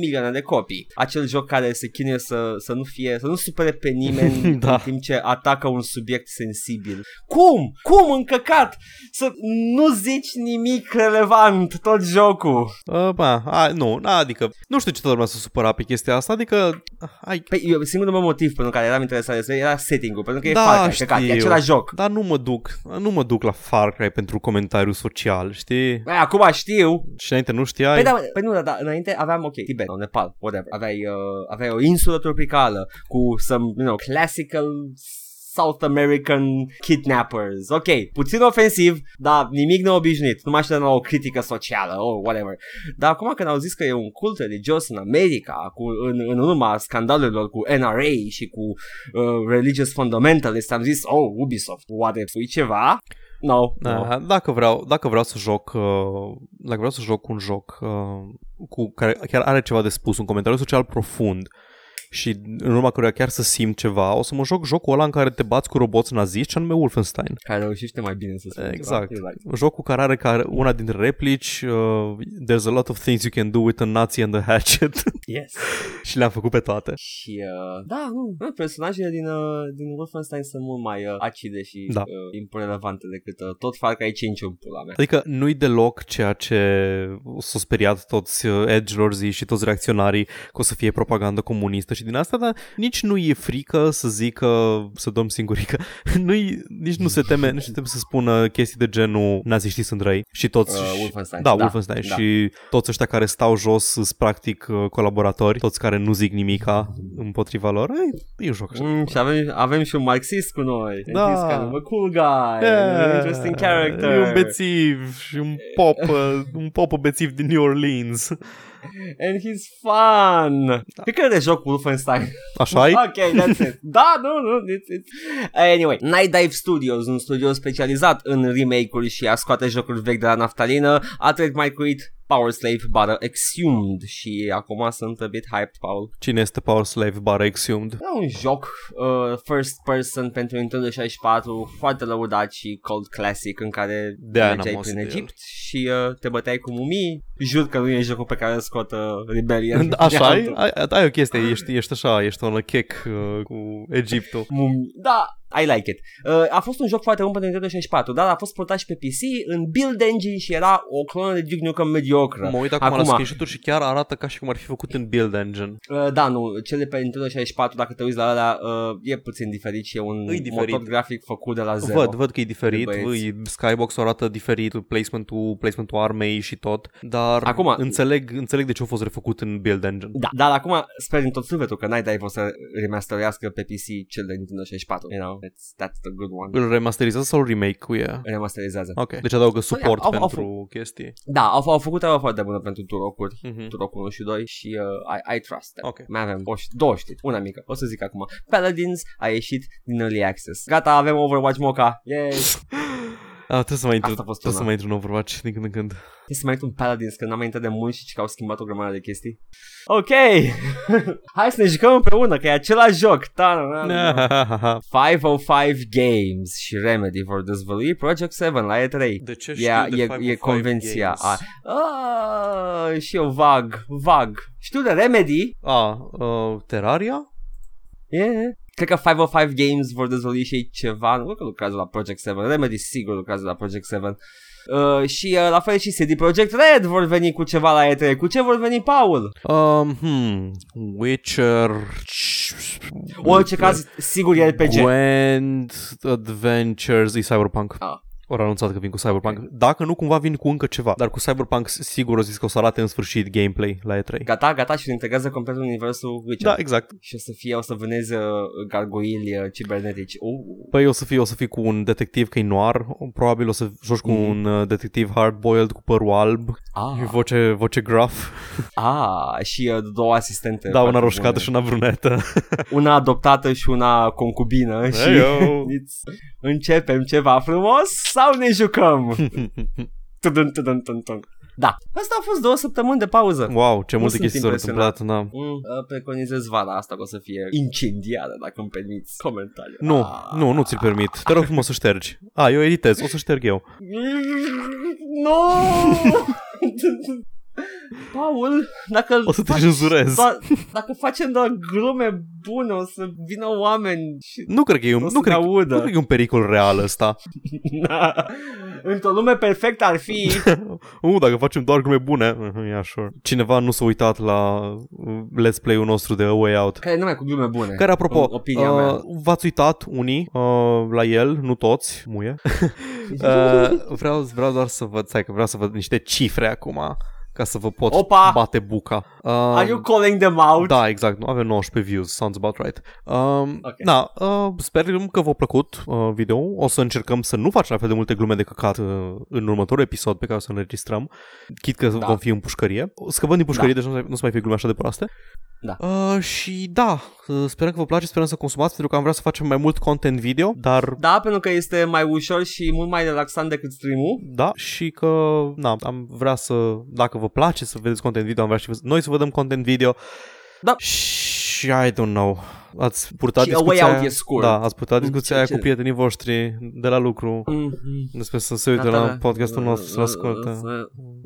A: milioane de copii. Acel joc care se chinuie să, să nu fie, să nu supere pe nimeni
B: Da.
A: în timp ce atacă un subiect sensibil. Cum? Cum încăcat să nu zici nimic relevant tot jocul?
B: Uh, ba, a, nu, na, adică nu știu ce toată lumea s-a supărat pe chestia asta, adică ai,
A: Păi eu, singurul meu motiv pentru care eram interesat de asta era setting-ul, pentru că
B: Da,
A: e Far Cry, căcat, e
B: știu.
A: același joc.
B: dar nu mă duc, nu mă duc la Far Cry pentru comentariu social, știi?
A: Băi, acum știu
B: Și înainte nu știai.
A: Păi, da, păi nu, da, da, înainte aveam, ok, Tibet, sau Nepal, whatever. Aveai, uh, aveai o insulă tropicală cu some, you know, classical South American kidnappers. Ok, puțin ofensiv, dar nimic neobișnuit. Nu mai știu de la o critică socială, oh, whatever. Dar acum când au zis că e un cult religios în America, cu, în, în urma scandalurilor cu NRA și cu uh, religious fundamentalist, am zis, oh, Ubisoft, oare pui ceva? No, no.
B: Da, dacă, vreau, dacă vreau să joc uh, dacă vreau să joc un joc uh, cu care chiar are ceva de spus, un comentariu social profund și în urma căruia chiar să simt ceva, o să mă joc jocul ăla în care te bați cu roboți naziști, și anume Wolfenstein.
A: Care reușește mai bine să spun
B: Exact.
A: Ceva.
B: Jocul care are care una dintre replici uh, There's a lot of things you can do with a Nazi and a hatchet
A: Yes.
B: și le-am făcut pe toate.
A: Și uh, da, nu, nu, personajele din, uh, din Wolfenstein sunt mult mai uh, acide și da.
B: Da.
A: uh, imprelevante decât uh, tot Far Cry 5 în pula mea.
B: Adică nu-i deloc ceea ce s-au speriat toți edgelorzi și toți reacționarii că o să fie propagandă comunistă și din asta, dar nici nu e frică să zică, să dăm singurică, nu-i, nici nu se teme, nici nu se teme să spună chestii de genul naziștii sunt răi și toți...
A: Uh,
B: și-
A: Wolfenstein.
B: da, Wolfenstein și toți ăștia care stau jos sunt practic uh, colaboratori, toți care nu zic nimica împotriva lor, e, e un joc așa.
A: Mm, și avem, avem și un marxist cu noi.
B: Da.
A: He's kind of a cool guy. Yeah. Interesting character.
B: E un bețiv și un pop, uh, un pop bețiv din New Orleans.
A: And he's fun. Da. Cred că e de joc Wolfenstein.
B: Așa e?
A: Ok, that's it. Da, nu, nu, it's, it's. Anyway, Night Dive Studios, un studio specializat în remake-uri și a scoate jocuri vechi de la naftalină, a trademark-uit Power Slave bară Exhumed și acum sunt a bit hyped, Paul.
B: Cine este Power Slave bară Exhumed?
A: E un joc uh, first person pentru Nintendo 64, foarte lăudat și cold classic în care
B: De aia
A: mergeai
B: n-am auzit
A: prin
B: de el.
A: Egipt și uh, te băteai cu mumii. Jur că nu e jocul pe care îl scot uh, Rebellion.
B: Așa
A: De
B: e? Ai, ai o chestie, ești, ești așa, ești on a check uh, cu Egiptul.
A: Mumi. Da, I like it. Uh, a fost un joc foarte bun pentru Nintendo 64, dar a fost portat și pe PC în Build Engine și era o clonă de Duke Nukem mediocră.
B: Mă uit acum, la
A: Acum.
B: screenshot-uri și chiar arată ca și cum ar fi făcut în Build Engine.
A: Uh, da, nu, cele pe Nintendo 64, dacă te uiți la ăla, uh, e puțin diferit și e un
B: Îi diferit.
A: motor grafic făcut de la zero.
B: Văd, văd că e diferit,
A: De băieți.
B: e- Skybox-ul arată diferit, placement-ul, placement-ul armei și tot, dar
A: Acum-
B: înțeleg, înțeleg de ce a fost refăcut în Build Engine.
A: Da, dar acum sper din tot sufletul că n-ai dai o să remasterească pe PC cel de Nintendo 64. You know, that's, that's the good one.
B: Îl remasterizează sau remake-ul e?
A: Remasterizează.
B: Ok, deci adaugă suport
A: Păi, au- au
B: pentru chestii.
A: Da, au, f- au făcut treaba foarte bună pentru turocuri.
B: Mhm.
A: Turok 1 și 2 și uh, I, I Trust Them.
B: Ok.
A: Mai avem o, ș- două știri, una mică, o să zic acum. Paladins a ieșit din Early Access. Gata, avem Overwatch Moca. Yay!
B: A, Ah, trebuie să mai intru,
A: Asta a fost
B: trebuie să
A: una.
B: mai intru în Overwatch din când în când.
A: Trebuie să mai uit un Paladins, că n-am mai intrat de mult și că au schimbat o grămadă de chestii. Ok! Hai să ne jucăm împreună, că e același joc. Ta-na-na-na. 505 Games și Remedy vor dezvălui Project 7 la E3.
B: De oh ce
A: E, e, e convenția a, a, Ah, Și eu vag, vag Știu de Remedy
B: A, uh, Terraria?
A: Yeah. Cred că 505 Games vor dezvălui și ei ceva, nu cred că lucrează la Project 7, Remedy sigur lucrează la Project 7. Uh, și uh, la fel și CD Projekt Red vor veni cu ceva la E3. Cu ce vor veni, Paul?
B: Um, hmm, Witcher...
A: Orice caz, sigur e RPG.
B: Grand Adventures e Cyberpunk.
A: Ah.
B: Ori anunțat că vin cu Cyberpunk. Dacă nu, cumva vin cu încă ceva. Dar cu Cyberpunk sigur o zis că o să arate în sfârșit gameplay la E3.
A: Gata, gata și integrează complet universul Witcher.
B: Da, exact.
A: Și o să fie, o să vâneze uh, gargoili uh, cibernetici. Uh,
B: Păi o să fii, o să fii cu un detectiv că e noir, probabil o să joci cu
A: Mhm.
B: un uh, detectiv hard-boiled cu părul alb,
A: ah,
B: voce, voce graf,
A: ah, și uh, două asistente.
B: da, una
A: foarte
B: roșcată
A: bune.
B: și una brunetă.
A: Una adoptată și una concubină. Și...
B: Heyo!
A: It's- Începem ceva frumos sau ne jucăm? Tudun, tudun, tudun, tudun. Da, asta au fost două săptămâni de pauză.
B: wow, ce
A: Nu
B: multe
A: sunt
B: chestii s-au
A: impresionat.
B: întâmplat, da.
A: Mm, uh, preconizez vara asta că o să fie incendiară, dacă îmi permiți comentariul.
B: Nu,
A: Ah.
B: nu, nu ți-l permit. Te rog frumos să ștergi. A, eu editez, o să șterg eu.
A: Nu! Paul, dacă
B: O să te
A: faci
B: cenzurez.
A: doar- dacă facem doar glume bune, o să vină oameni și
B: Nu cred că e un,
A: o să
B: nu
A: ne
B: cred,
A: audă.
B: nu cred că e un pericol real ăsta.
A: Într-o lume perfectă ar fi
B: Uh, dacă facem doar glume bune. Mhm, Yeah, sure. Cineva nu s-a uitat la uh, let's play-ul nostru de A Way Out.
A: Care numai cu glume bune
B: Care, apropo,
A: În opinia mea.
B: uh, v-ați uitat unii uh, la el, nu toți, muie. uh, vreau, vreau doar să văd, stai că vreau să văd niște cifre acum, ca să vă pot
A: Opa!
B: bate buca. Uh,
A: Are you calling them out?
B: Da, exact, nu avem 19 views, sounds about right. Um,
A: Ok.
B: Da, uh, sperăm că v-a plăcut uh, video. O să încercăm să nu facem la fel de multe glume de căcat uh, în următorul episod pe care o să înregistrăm. Chit că
A: Da.
B: vom fi în pușcărie. Scăpăm din pușcărie, deci nu, se- nu se mai fie glume așa de proaste.
A: Da.
B: Uh, și da, uh, sperăm că vă place, sperăm să consumați, pentru că am vrea să facem mai mult content video, dar
A: Da, pentru că este mai ușor și mult mai relaxant decât stream-ul.
B: da, și că na, am vrea să, dacă vă place să vedeți content video, am vrea și noi să vă dăm content video.
A: Da.
B: Și I don't know. Ați purtat
A: Și a
B: discuția
A: way out
B: aia-
A: e scurt. Mm,
B: Da, ați purtat discuția aia
A: ce-
B: cu prietenii voștri de la lucru.
A: Mhm.
B: Despre să se uite
A: Gata,
B: la
A: da.
B: podcastul nostru, să-l asculte.
A: Să-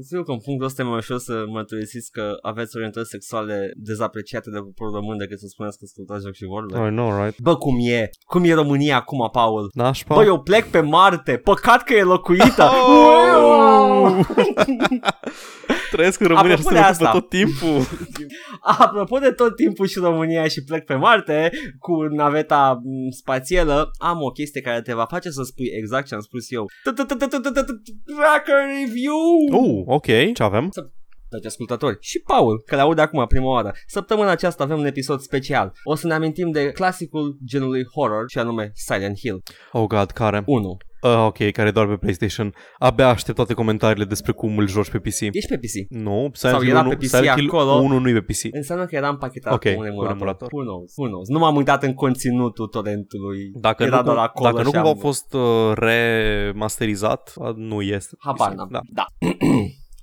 A: Sigur că în punctul ăsta e mai ușor să mărturisiți că aveți orientări sexuale dezapreciate de poporul român decât să spuneți că ascultați joc și vorbe.
B: I know, right?
A: Bă, cum e? Cum e România acum, Paul?
B: Nașpa?
A: Bă, eu plec pe Marte. Păcat că e locuită.
B: Oh! Trăiesc în România și
A: Apropo de
B: se ocupă
A: asta.
B: tot timpul.
A: Apropo de tot timpul și România și plec pe Marte cu naveta m, spațială, am o chestie care te va face să spui exact ce am spus eu. Tracker Review!
B: Oh, ok. Ce avem?
A: Dragi ascultători și Paul, că le aude acum prima oară. Săptămâna aceasta avem un episod special. O să ne amintim de clasicul genului horror și anume Silent Hill
B: Oh, God, care?
A: 1.
B: Uh, ok, care e doar pe PlayStation. Abia aștept toate comentariile despre cum îl joci pe PC.
A: Ești pe PC.
B: Nu,
A: Sau
B: Silent Hill
A: era
B: 1,
A: pe PC
B: Silent Hill
A: acolo.
B: 1 nu e pe PC.
A: Înseamnă că era împachetat
B: Ok,
A: cu un
B: cu un
A: emulator.
B: emulator.
A: Who knows, who knows. Nu m-am uitat în conținutul torrentului.
B: Dacă
A: era
B: nu, cum-
A: doar acolo
B: dacă nu
A: și
B: cumva a
A: am-
B: fost uh, remasterizat, uh, nu este.
A: Habar n-am.
B: Da.
A: Da. da.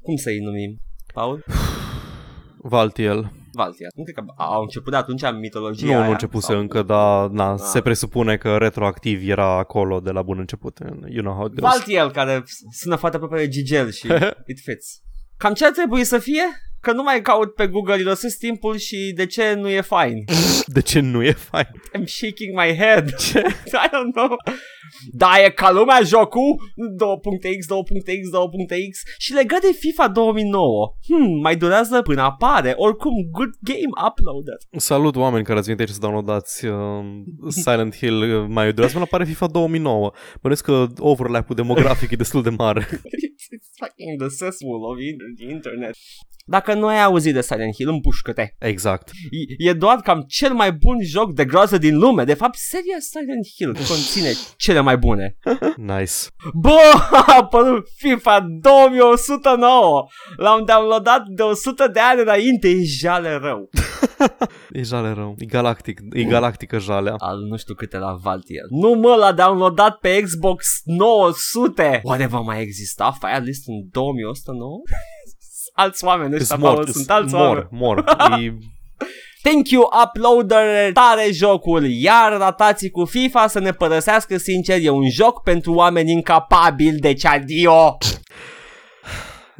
A: Cum să-i numim? Paul?
B: Valtiel.
A: Valtia. Nu cred că au început de atunci mitologia
B: nu,
A: aia,
B: nu începuse
A: sau-
B: încă, dar na,
A: Ah.
B: se presupune că retroactiv era acolo de la bun început. You know how it goes.
A: Valtiel, care sună foarte aproape de Gigel și it fits. Cam ce ar trebui să fie? Că nu mai caut pe Google, irosesc timpul și de ce nu e fain?
B: De ce nu e fain?
A: I'm shaking my head. Ce? I don't know. Da, e ca lumea jocul. 2.x, 2.x, 2.x. Și legat de FIFA 2009. Hmm, mai durează până apare. Oricum, good game uploaded.
B: Salut oameni care ați venit aici să downloadați uh, Silent Hill uh, mai durează până apare FIFA 2009. Bănuiesc că overlap-ul demografic e destul de mare.
A: It's, it's fucking the cesspool of in- internet. Dacă nu ai auzit de Silent Hill, împușcă-te.
B: Exact.
A: E, e doar cam cel mai bun joc de groază din lume. De fapt, seria Silent Hill conține cele mai bune.
B: Nice.
A: Bă, a apărut FIFA 2109. L-am downloadat de 100 de ani înainte. E jale rău.
B: E jale rău. E galactic. E galactică jalea.
A: Al nu știu câte la Valtier. Nu mă, l-a downloadat pe Xbox 900. Oare va mai exista Firelist în 2109? alți oameni ăștia,
B: Sunt
A: Paul,
B: mort.
A: sunt
B: Sunt
A: alți oameni.
B: mor, mor. E...
A: Thank you, uploader, tare jocul, iar ratații cu FIFA să ne părăsească sincer, e un joc pentru oameni incapabili, deci adio!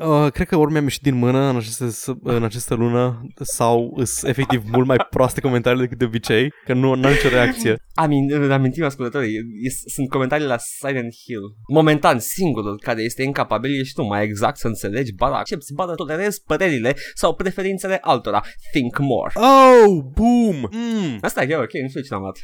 B: Uh, cred că ori mi-am ieșit din mână în, aceste, în această lună sau sunt efectiv mult mai proaste comentarii decât de obicei, că nu am nicio reacție.
A: Amin, amintim ascultătorii, e- e- sunt comentarii la Silent Hill. Momentan, singurul care este incapabil ești tu, mai exact să înțelegi, bara accepti, bara tolerezi părerile sau preferințele altora. Think more.
B: Oh, boom! Mm,
A: Asta e ok, nu știu ce am luat.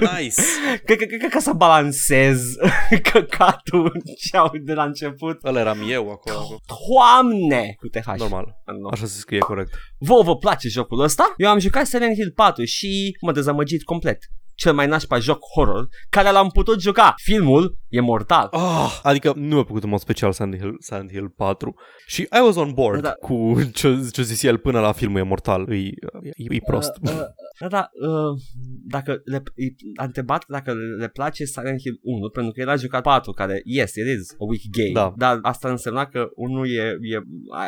B: nice!
A: Cred că- cred că ca să balancez căcatul ce au de la început.
B: Ăla eram eu acolo.
A: Toamne! Cu TH.
B: Normal.
A: Nu.
B: Așa se scrie corect.
A: Vouă vă place jocul ăsta? Eu am jucat Silent Hill 4 și m-a dezamăgit complet. Cel mai nașpa joc horror care l-am putut juca. Filmul e mortal.
B: Ah, adică nu mi-a plăcut în mod special Silent Hill, Silent Hill 4 și I was on board
A: Da.
B: cu ce, ce zis el până la filmul e mortal. E, e, e prost.
A: Uh, uh, da, da, uh, dacă le, îi- a întrebat dacă le place Silent Hill 1, pentru că el a jucat 4, care, yes, it is a weak game,
B: Da.
A: dar asta însemna că 1 e, e,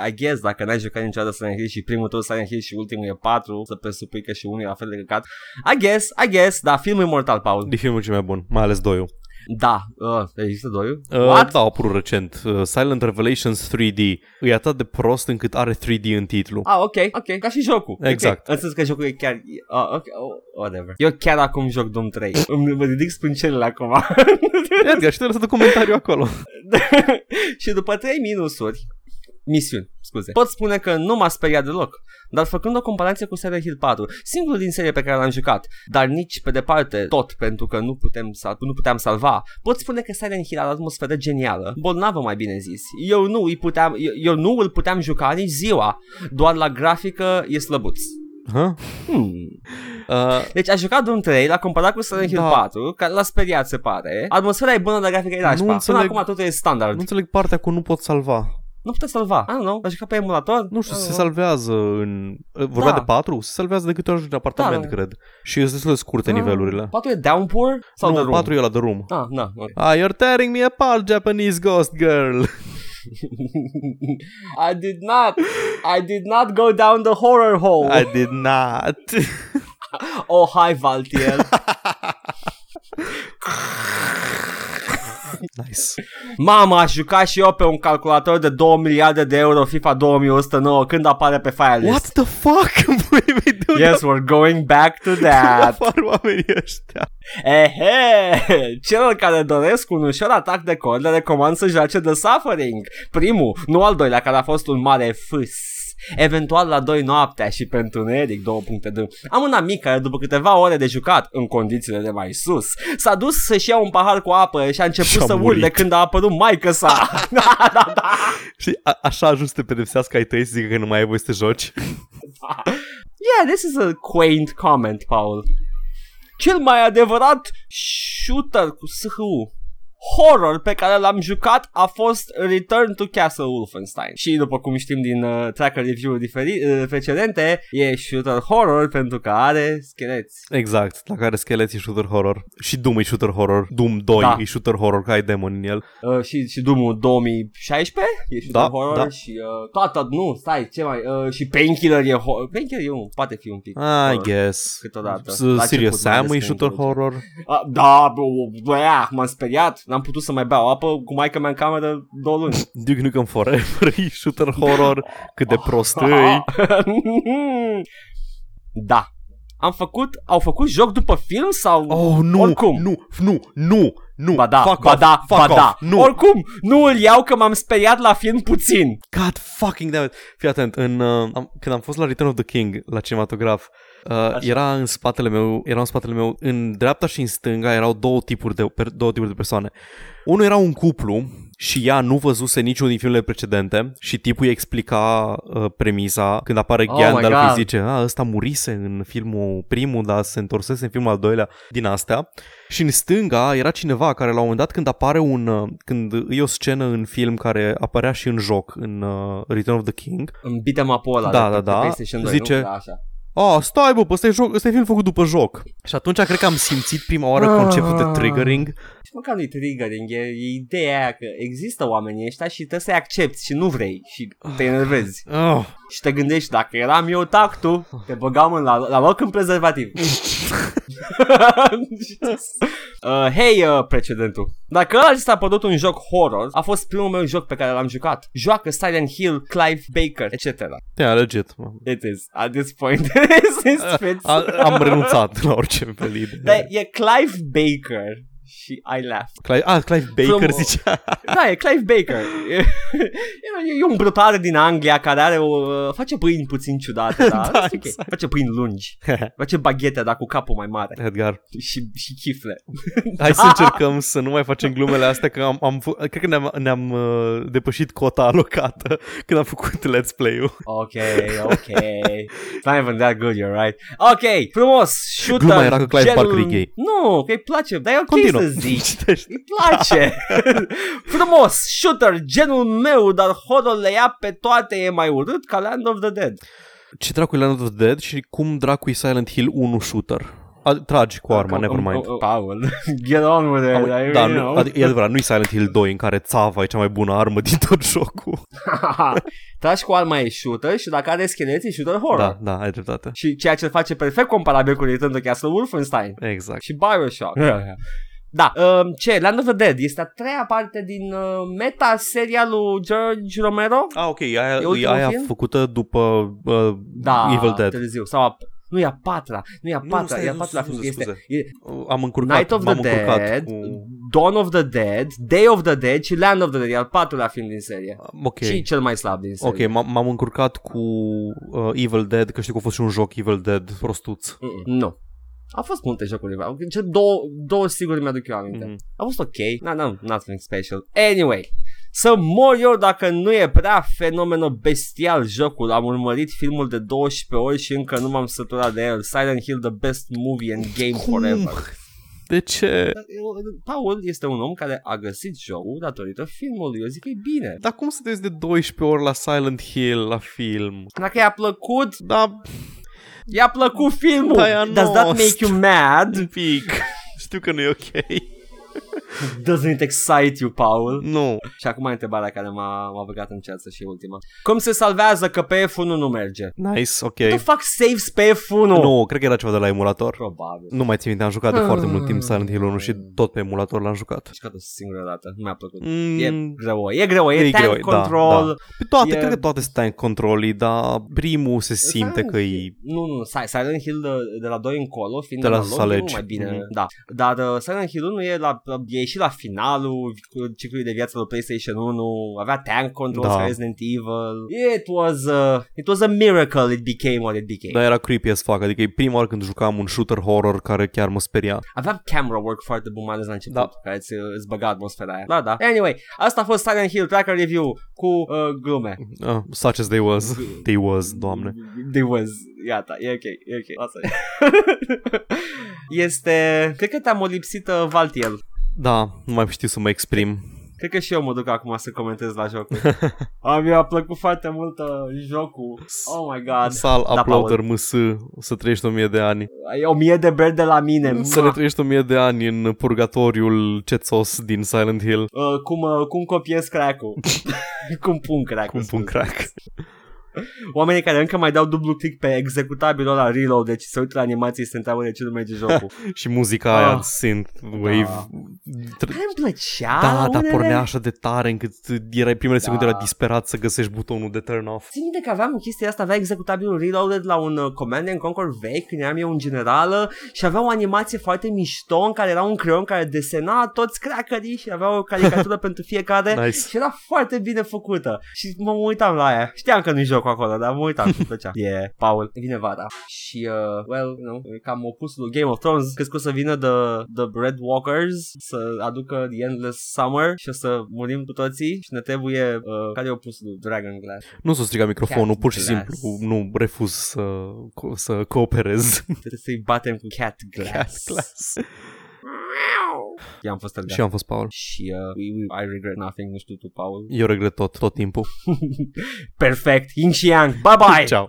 A: I guess, dacă n-ai jucat niciodată Silent Hill și primul tău Silent Hill și ultimul e 4, să presupui că și unul e la fel de căcat, I guess, I guess, dar filmul e mortal, Paul.
B: E filmul cel mai bun, mai ales doiul.
A: Da, uh, există doiul?
B: Uh, da, a apărut recent. Uh, Silent Revelations 3D. E atât de prost încât are 3D în titlu.
A: Ah, ok, ok, ca și jocul.
B: Exact.
A: Okay. În sens că jocul e chiar... Ah, ok, oh, whatever. Eu chiar acum joc Doom 3. Îmi mă ridic spâncenele acum.
B: Edgar, și te lăsat un comentariu acolo.
A: și după 3 minusuri, misiuni, scuze, pot spune că nu m-a speriat deloc, dar făcând o comparație cu Silent Hill 4, singurul din serie pe care l-am jucat, dar nici pe departe tot pentru că nu, putem, sal- nu puteam salva, pot spune că Silent Hill are o atmosferă genială, bolnavă mai bine zis. Eu nu, îi puteam, eu, eu nu îl puteam juca nici ziua, doar la grafică e slăbuț.
B: Huh?
A: Hmm.
B: Uh,
A: Deci a jucat Doom 3, l-a comparat cu Silent Hill
B: Da.
A: 4, care l-a speriat, se pare. Atmosfera e bună, dar grafica e nașpa. Până
B: înțeleg.
A: acum totul e standard.
B: nu
A: Nu,
B: înțeleg partea cu nu pot salva.
A: nu putea salva. Ah, nu, a jucat pe emulator.
B: Nu știu,
A: Ah,
B: se salvează în... uh, Vorbea
A: Da.
B: de 4? Se salvează de câte ori ajungi în apartament,
A: Da.
B: cred. Și sunt destul de scurte
A: Ah,
B: nivelurile.
A: 4 e Downpour sau The
B: nu,
A: Room?
B: 4 e la The Room.
A: Ah, na, ok.
B: Ah, you're tearing me apart, Japanese ghost girl.
A: I did not, I did not go down the horror hole.
B: I did not.
A: Oh, hi, Valtiel.
B: nice.
A: Mama, aș juca și eu pe un calculator de 2 miliarde de euro FIFA 2109 când apare pe Firelist.
B: What the fuck? Pui mei, de unde
A: Yes, we're going back to that.
B: apar oamenii ăștia?
A: Ehe, celor care doresc un ușor atac de cord le recomand să joace The Suffering. Primul, nu al doilea, care a fost un mare fâs. Eventual la 2 noaptea și pentru Eric 2.2. Am un amic care după câteva ore de jucat, în condițiile de mai sus, s-a dus să-și ia un pahar cu apă și a început
B: Și-a
A: să
B: murit.
A: urle când a apărut maică sa. da, da, da.
B: Și a- așa ajungi să te pedepsească ai tăi să zică că nu mai ai voie să te joci.
A: Yeah, this is a quaint comment, Paul. Cel mai adevărat shooter cu SHU. horror pe care l-am jucat a fost Return to Castle Wolfenstein. Și după cum știm din uh, tracker review-uri diferi- uh, precedente, e shooter horror pentru că are scheleți.
B: Exact, la care schelet e shooter horror. Și Doom e shooter horror. Doom 2
A: Da.
B: e shooter horror, că ai demon în el.
A: Uh, și, și Doom 2016 e shooter
B: Da,
A: horror
B: da.
A: și uh, toată, nu, stai, ce mai, uh, și Painkiller e horror. Painkiller e un, poate fi un pic.
B: I
A: horror.
B: guess.
A: Câteodată.
B: S-
A: La început,
B: Serious
A: mai ales
B: Sam e
A: când
B: shooter
A: introduce.
B: horror.
A: A, da, bă, bă, m-am speriat, n-am putut să mai beau apă cu maica mea în cameră două luni.
B: Duke Nukem Forever e shooter horror. Cât de prost e.
A: da. Am făcut, au făcut joc după film sau...
B: Oh, nu,
A: Oricum.
B: nu, nu, nu, nu.
A: Ba da,
B: fuck
A: ba
B: off,
A: da,
B: fuck
A: ba da.
B: off. Nu,
A: Oricum, nu îl iau că m-am speriat la film puțin.
B: God fucking damn it. Fii atent, în, uh, am, când am fost la Return of the King, la cinematograf, uh, era în spatele meu, era în spatele meu, în dreapta și în stânga erau două tipuri de, per, două tipuri de persoane. Unul era un cuplu și ea nu văzuse niciunul din filmele precedente și tipul îi explica uh, premisa când apare
A: Oh
B: oh
A: my
B: Gandalf
A: God.
B: îi zice, a, ăsta murise în filmul primul, dar se întorsese în filmul al doilea din astea. Și în stânga era cineva care la un moment dat când apare un... uh, Când e o scenă în film care apărea și în joc, în uh, Return of the King.
A: Îmi bitem apă ăla
B: Da,
A: de,
B: da,
A: de
B: da.
A: PlayStation 2,
B: Zice-
A: nu? Da, așa.
B: A, stai bă, ăsta e, joc, ăsta e film făcut după joc. Ah. Și atunci cred că am simțit prima oară conceptul de triggering.
A: Și măcar nu-i triggering, e, e ideea aia că există oamenii ăștia și trebuie să-i accepti și nu vrei și te enervezi.
B: Oh.
A: Și te gândești, dacă eram eu tactul, te băgam în la, la loc în prezervativ. uh, Hei, uh, precedentul. Dacă ăla ți s-a părut un joc horror, a fost primul meu joc pe care l-am jucat. Joacă Silent Hill, Clive Baker, etc.
B: Yeah, legit. mă.
A: It is, at this point, it is, it fits.
B: Uh, A, am renunțat la orice felid.
A: Dar e Clive Baker și I laugh.
B: Clive, ah, Clive Baker
A: Frumos.
B: zicea.
A: Da, e Clive Baker. E, e, e un brătar din Anglia care are o, face pâini puțin ciudate, dar
B: Da,
A: da, okay.
B: exact.
A: face pâini lungi. Face baghete, dar cu capul mai mare
B: Edgar,
A: și, și chifle.
B: hai să încercăm să nu mai facem glumele astea, că am, am fu- cred că ne-am, ne-am uh, depășit cota alocată când am făcut Let's Play-ul.
A: Ok, ok. It's not even that good, you're right. Ok, frumos, shooter.
B: Gluma era că Clive
A: genul-
B: Barker e gay.
A: Nu, că îi place, dar e ok
B: Continuă.
A: să zici.
B: Citește.
A: Îi place. frumos, shooter, genul meu, dar horror le ia pe toate, e mai urât ca Land of the Dead.
B: Ce dracu e Land of the Dead și cum dracu e Silent Hill 1 shooter? A, tragi cu arma,
A: Că-
B: nevermind.
A: oh, oh, Paul, get on with it. I
B: Da,
A: mean,
B: nu,
A: you
B: adică, e adevărat, nu-i Silent Hill 2 în care țava e cea mai bună armă din tot jocul.
A: know. Tragi Da, cu arma e shooter și dacă are scheleți e shooter horror.
B: Da, da, ai dreptate.
A: Și ceea ce îl face perfect comparabil cu Return to Castle Wolfenstein.
B: Exact.
A: și Bioshock. Da, um, ce, Land of the Dead este a treia parte din uh, meta serialul George Romero?
B: Ah, ok, aia,
A: E ultimul
B: e aia
A: film?
B: făcută după uh,
A: Da,
B: Evil Dead.
A: târziu. Sau a, nu e a patra, nu e a
B: Nu,
A: patra,
B: stai,
A: e a
B: nu,
A: patra
B: scuze,
A: film, este,
B: scuze. Uh,
A: e
B: Am încurcat,
A: Night of the
B: Da, m-am încurcat
A: Dead,
B: Cu...
A: Dawn of the Dead, Day of the Dead și Land of the Dead, e al patrulea film din serie.
B: Ok.
A: Și cel mai slab din serie.
B: Ok, m- m-am încurcat cu uh, Evil Dead, că știu că a fost și un joc Evil Dead prostuț.
A: Mm-mm, Nu. A fost multe jocuri. au- Ce două, două sigur mi-aduc eu aminte.
B: Mhm.
A: A fost ok. No, no, nothing special. Anyway. Să mor eu dacă nu e prea fenomenul bestial jocul. Am urmărit filmul de 12 ori și încă nu m-am săturat de el. Silent Hill, the best movie and game
B: Mm. Cum?
A: forever.
B: De ce?
A: Paul este un om care a găsit jocul datorită filmului. Eu zic că e bine.
B: Dar cum să de 12 ori la Silent Hill, la film?
A: Dacă i-a plăcut,
B: Da,
A: i-a plăcut filmul.
B: Dar e Păi, a
A: Does that
B: nostru.
A: make you mad?
B: un pic. știu că nu e ok.
A: Doesn't it excite you, Paul?
B: Nu.
A: Și acum e întrebarea care m-a, m-a băgat în ceață și e ultima. Cum se salvează că pe F1 nu merge?
B: Nice, ok.
A: Tu fac saves pe F1?
B: Nu, cred că era ceva de la emulator.
A: Probabil.
B: Nu mai țin minte, am jucat de
A: Ah.
B: foarte mult timp Silent Hill 1 și tot pe emulator l-am jucat.
A: Și o singură dată. Nu mi-a plăcut.
B: Mm,
A: E greu, e greu, e, tank
B: da,
A: control.
B: Da, Pe Toate,
A: e-
B: cred că toate sunt tank control dar primul se simte
A: Silent
B: că e...
A: Nu, nu, Si- Silent Hill de, de la 2 încolo, fiind
B: De la
A: analog,
B: să
A: e mult
B: alegi.
A: mai bine.
B: Mhm.
A: Da. Dar uh, Silent Hill 1 e, la, e și la finalul ciclului de viață al PlayStation 1, avea tank control,
B: Da.
A: da. Resident Evil. It was, a, it was a miracle it became what it became.
B: Dar era creepy as fuck, adică e prima oară când jucam un shooter horror care chiar mă speria.
A: Aveam camera work foarte bun, mai ales la început,
B: Da.
A: da. care îți, îți băga atmosfera aia. Da, da. Anyway, asta a fost Silent Hill Tracker Review cu uh, glume.
B: Uh, such as they was. They was, doamne.
A: They was. Gata, e ok, e ok. Lasă. este... Cred că te-am olipsit uh, Valtiel.
B: Da, nu mai știu să mă exprim.
A: Cred că și eu mă duc acum să comentez la jocul. A, mi-a plăcut foarte mult uh, jocul. Oh my god.
B: Sal,
A: Da,
B: uploader, ms, să trăiești o mie de ani.
A: Ai o mie de beri de la mine.
B: Să le
A: Ma.
B: trăiești o mie de ani în purgatoriul cețos din Silent Hill.
A: Uh, cum, uh, cum copiez crack-ul Cum pun crack
B: Cum pun crack.
A: Oamenii care încă mai dau dublu click pe executabilul ăla reload Deci se uită la animații și se întreabă de ce nu merge jocul
B: Și muzica aia
A: Ah.
B: synth wave.
A: Da.
B: Tr-
A: Care îmi plăcea la
B: Da, dar
A: unele.
B: pornea așa de tare încât erai primele secunde
A: Da.
B: la disperat să găsești butonul de turn off.
A: Țin minte că aveam chestia asta, avea executabilul reloaded la un uh, Command and Conquer vechi, când eram eu în generală și avea o animație foarte mișto în care era un creion care desena toți crackerii și avea o caricatură pentru fiecare
B: Nice.
A: și era foarte bine făcută și mă uitam la aia. Știam că nu-i jocul acolo, dar mă uitam și îmi plăcea. E, yeah, Paul, vine vara și, uh, well, you know, e cam opusul lui Game of Thrones, crezi că o să vină The, the Red Walkers să aducă The Endless Summer și o să murim cu toții și ne trebuie, uh, care e opusul lui Dragon Glass?
B: Nu s-o striga microfonul,
A: Cat
B: pur și
A: glass.
B: simplu nu refuz să, co- să cooperez.
A: Trebuie să-i batem cu cat glass.
B: Cat glass.
A: Eu am fost tălgat.
B: Și
A: Și,
B: eu am fost Paul.
A: și uh, we, we, I regret nothing, nu știu tu, Paul.
B: Eu regret tot, tot timpul.
A: Perfect, yin și yang, bye bye!
B: Ceau.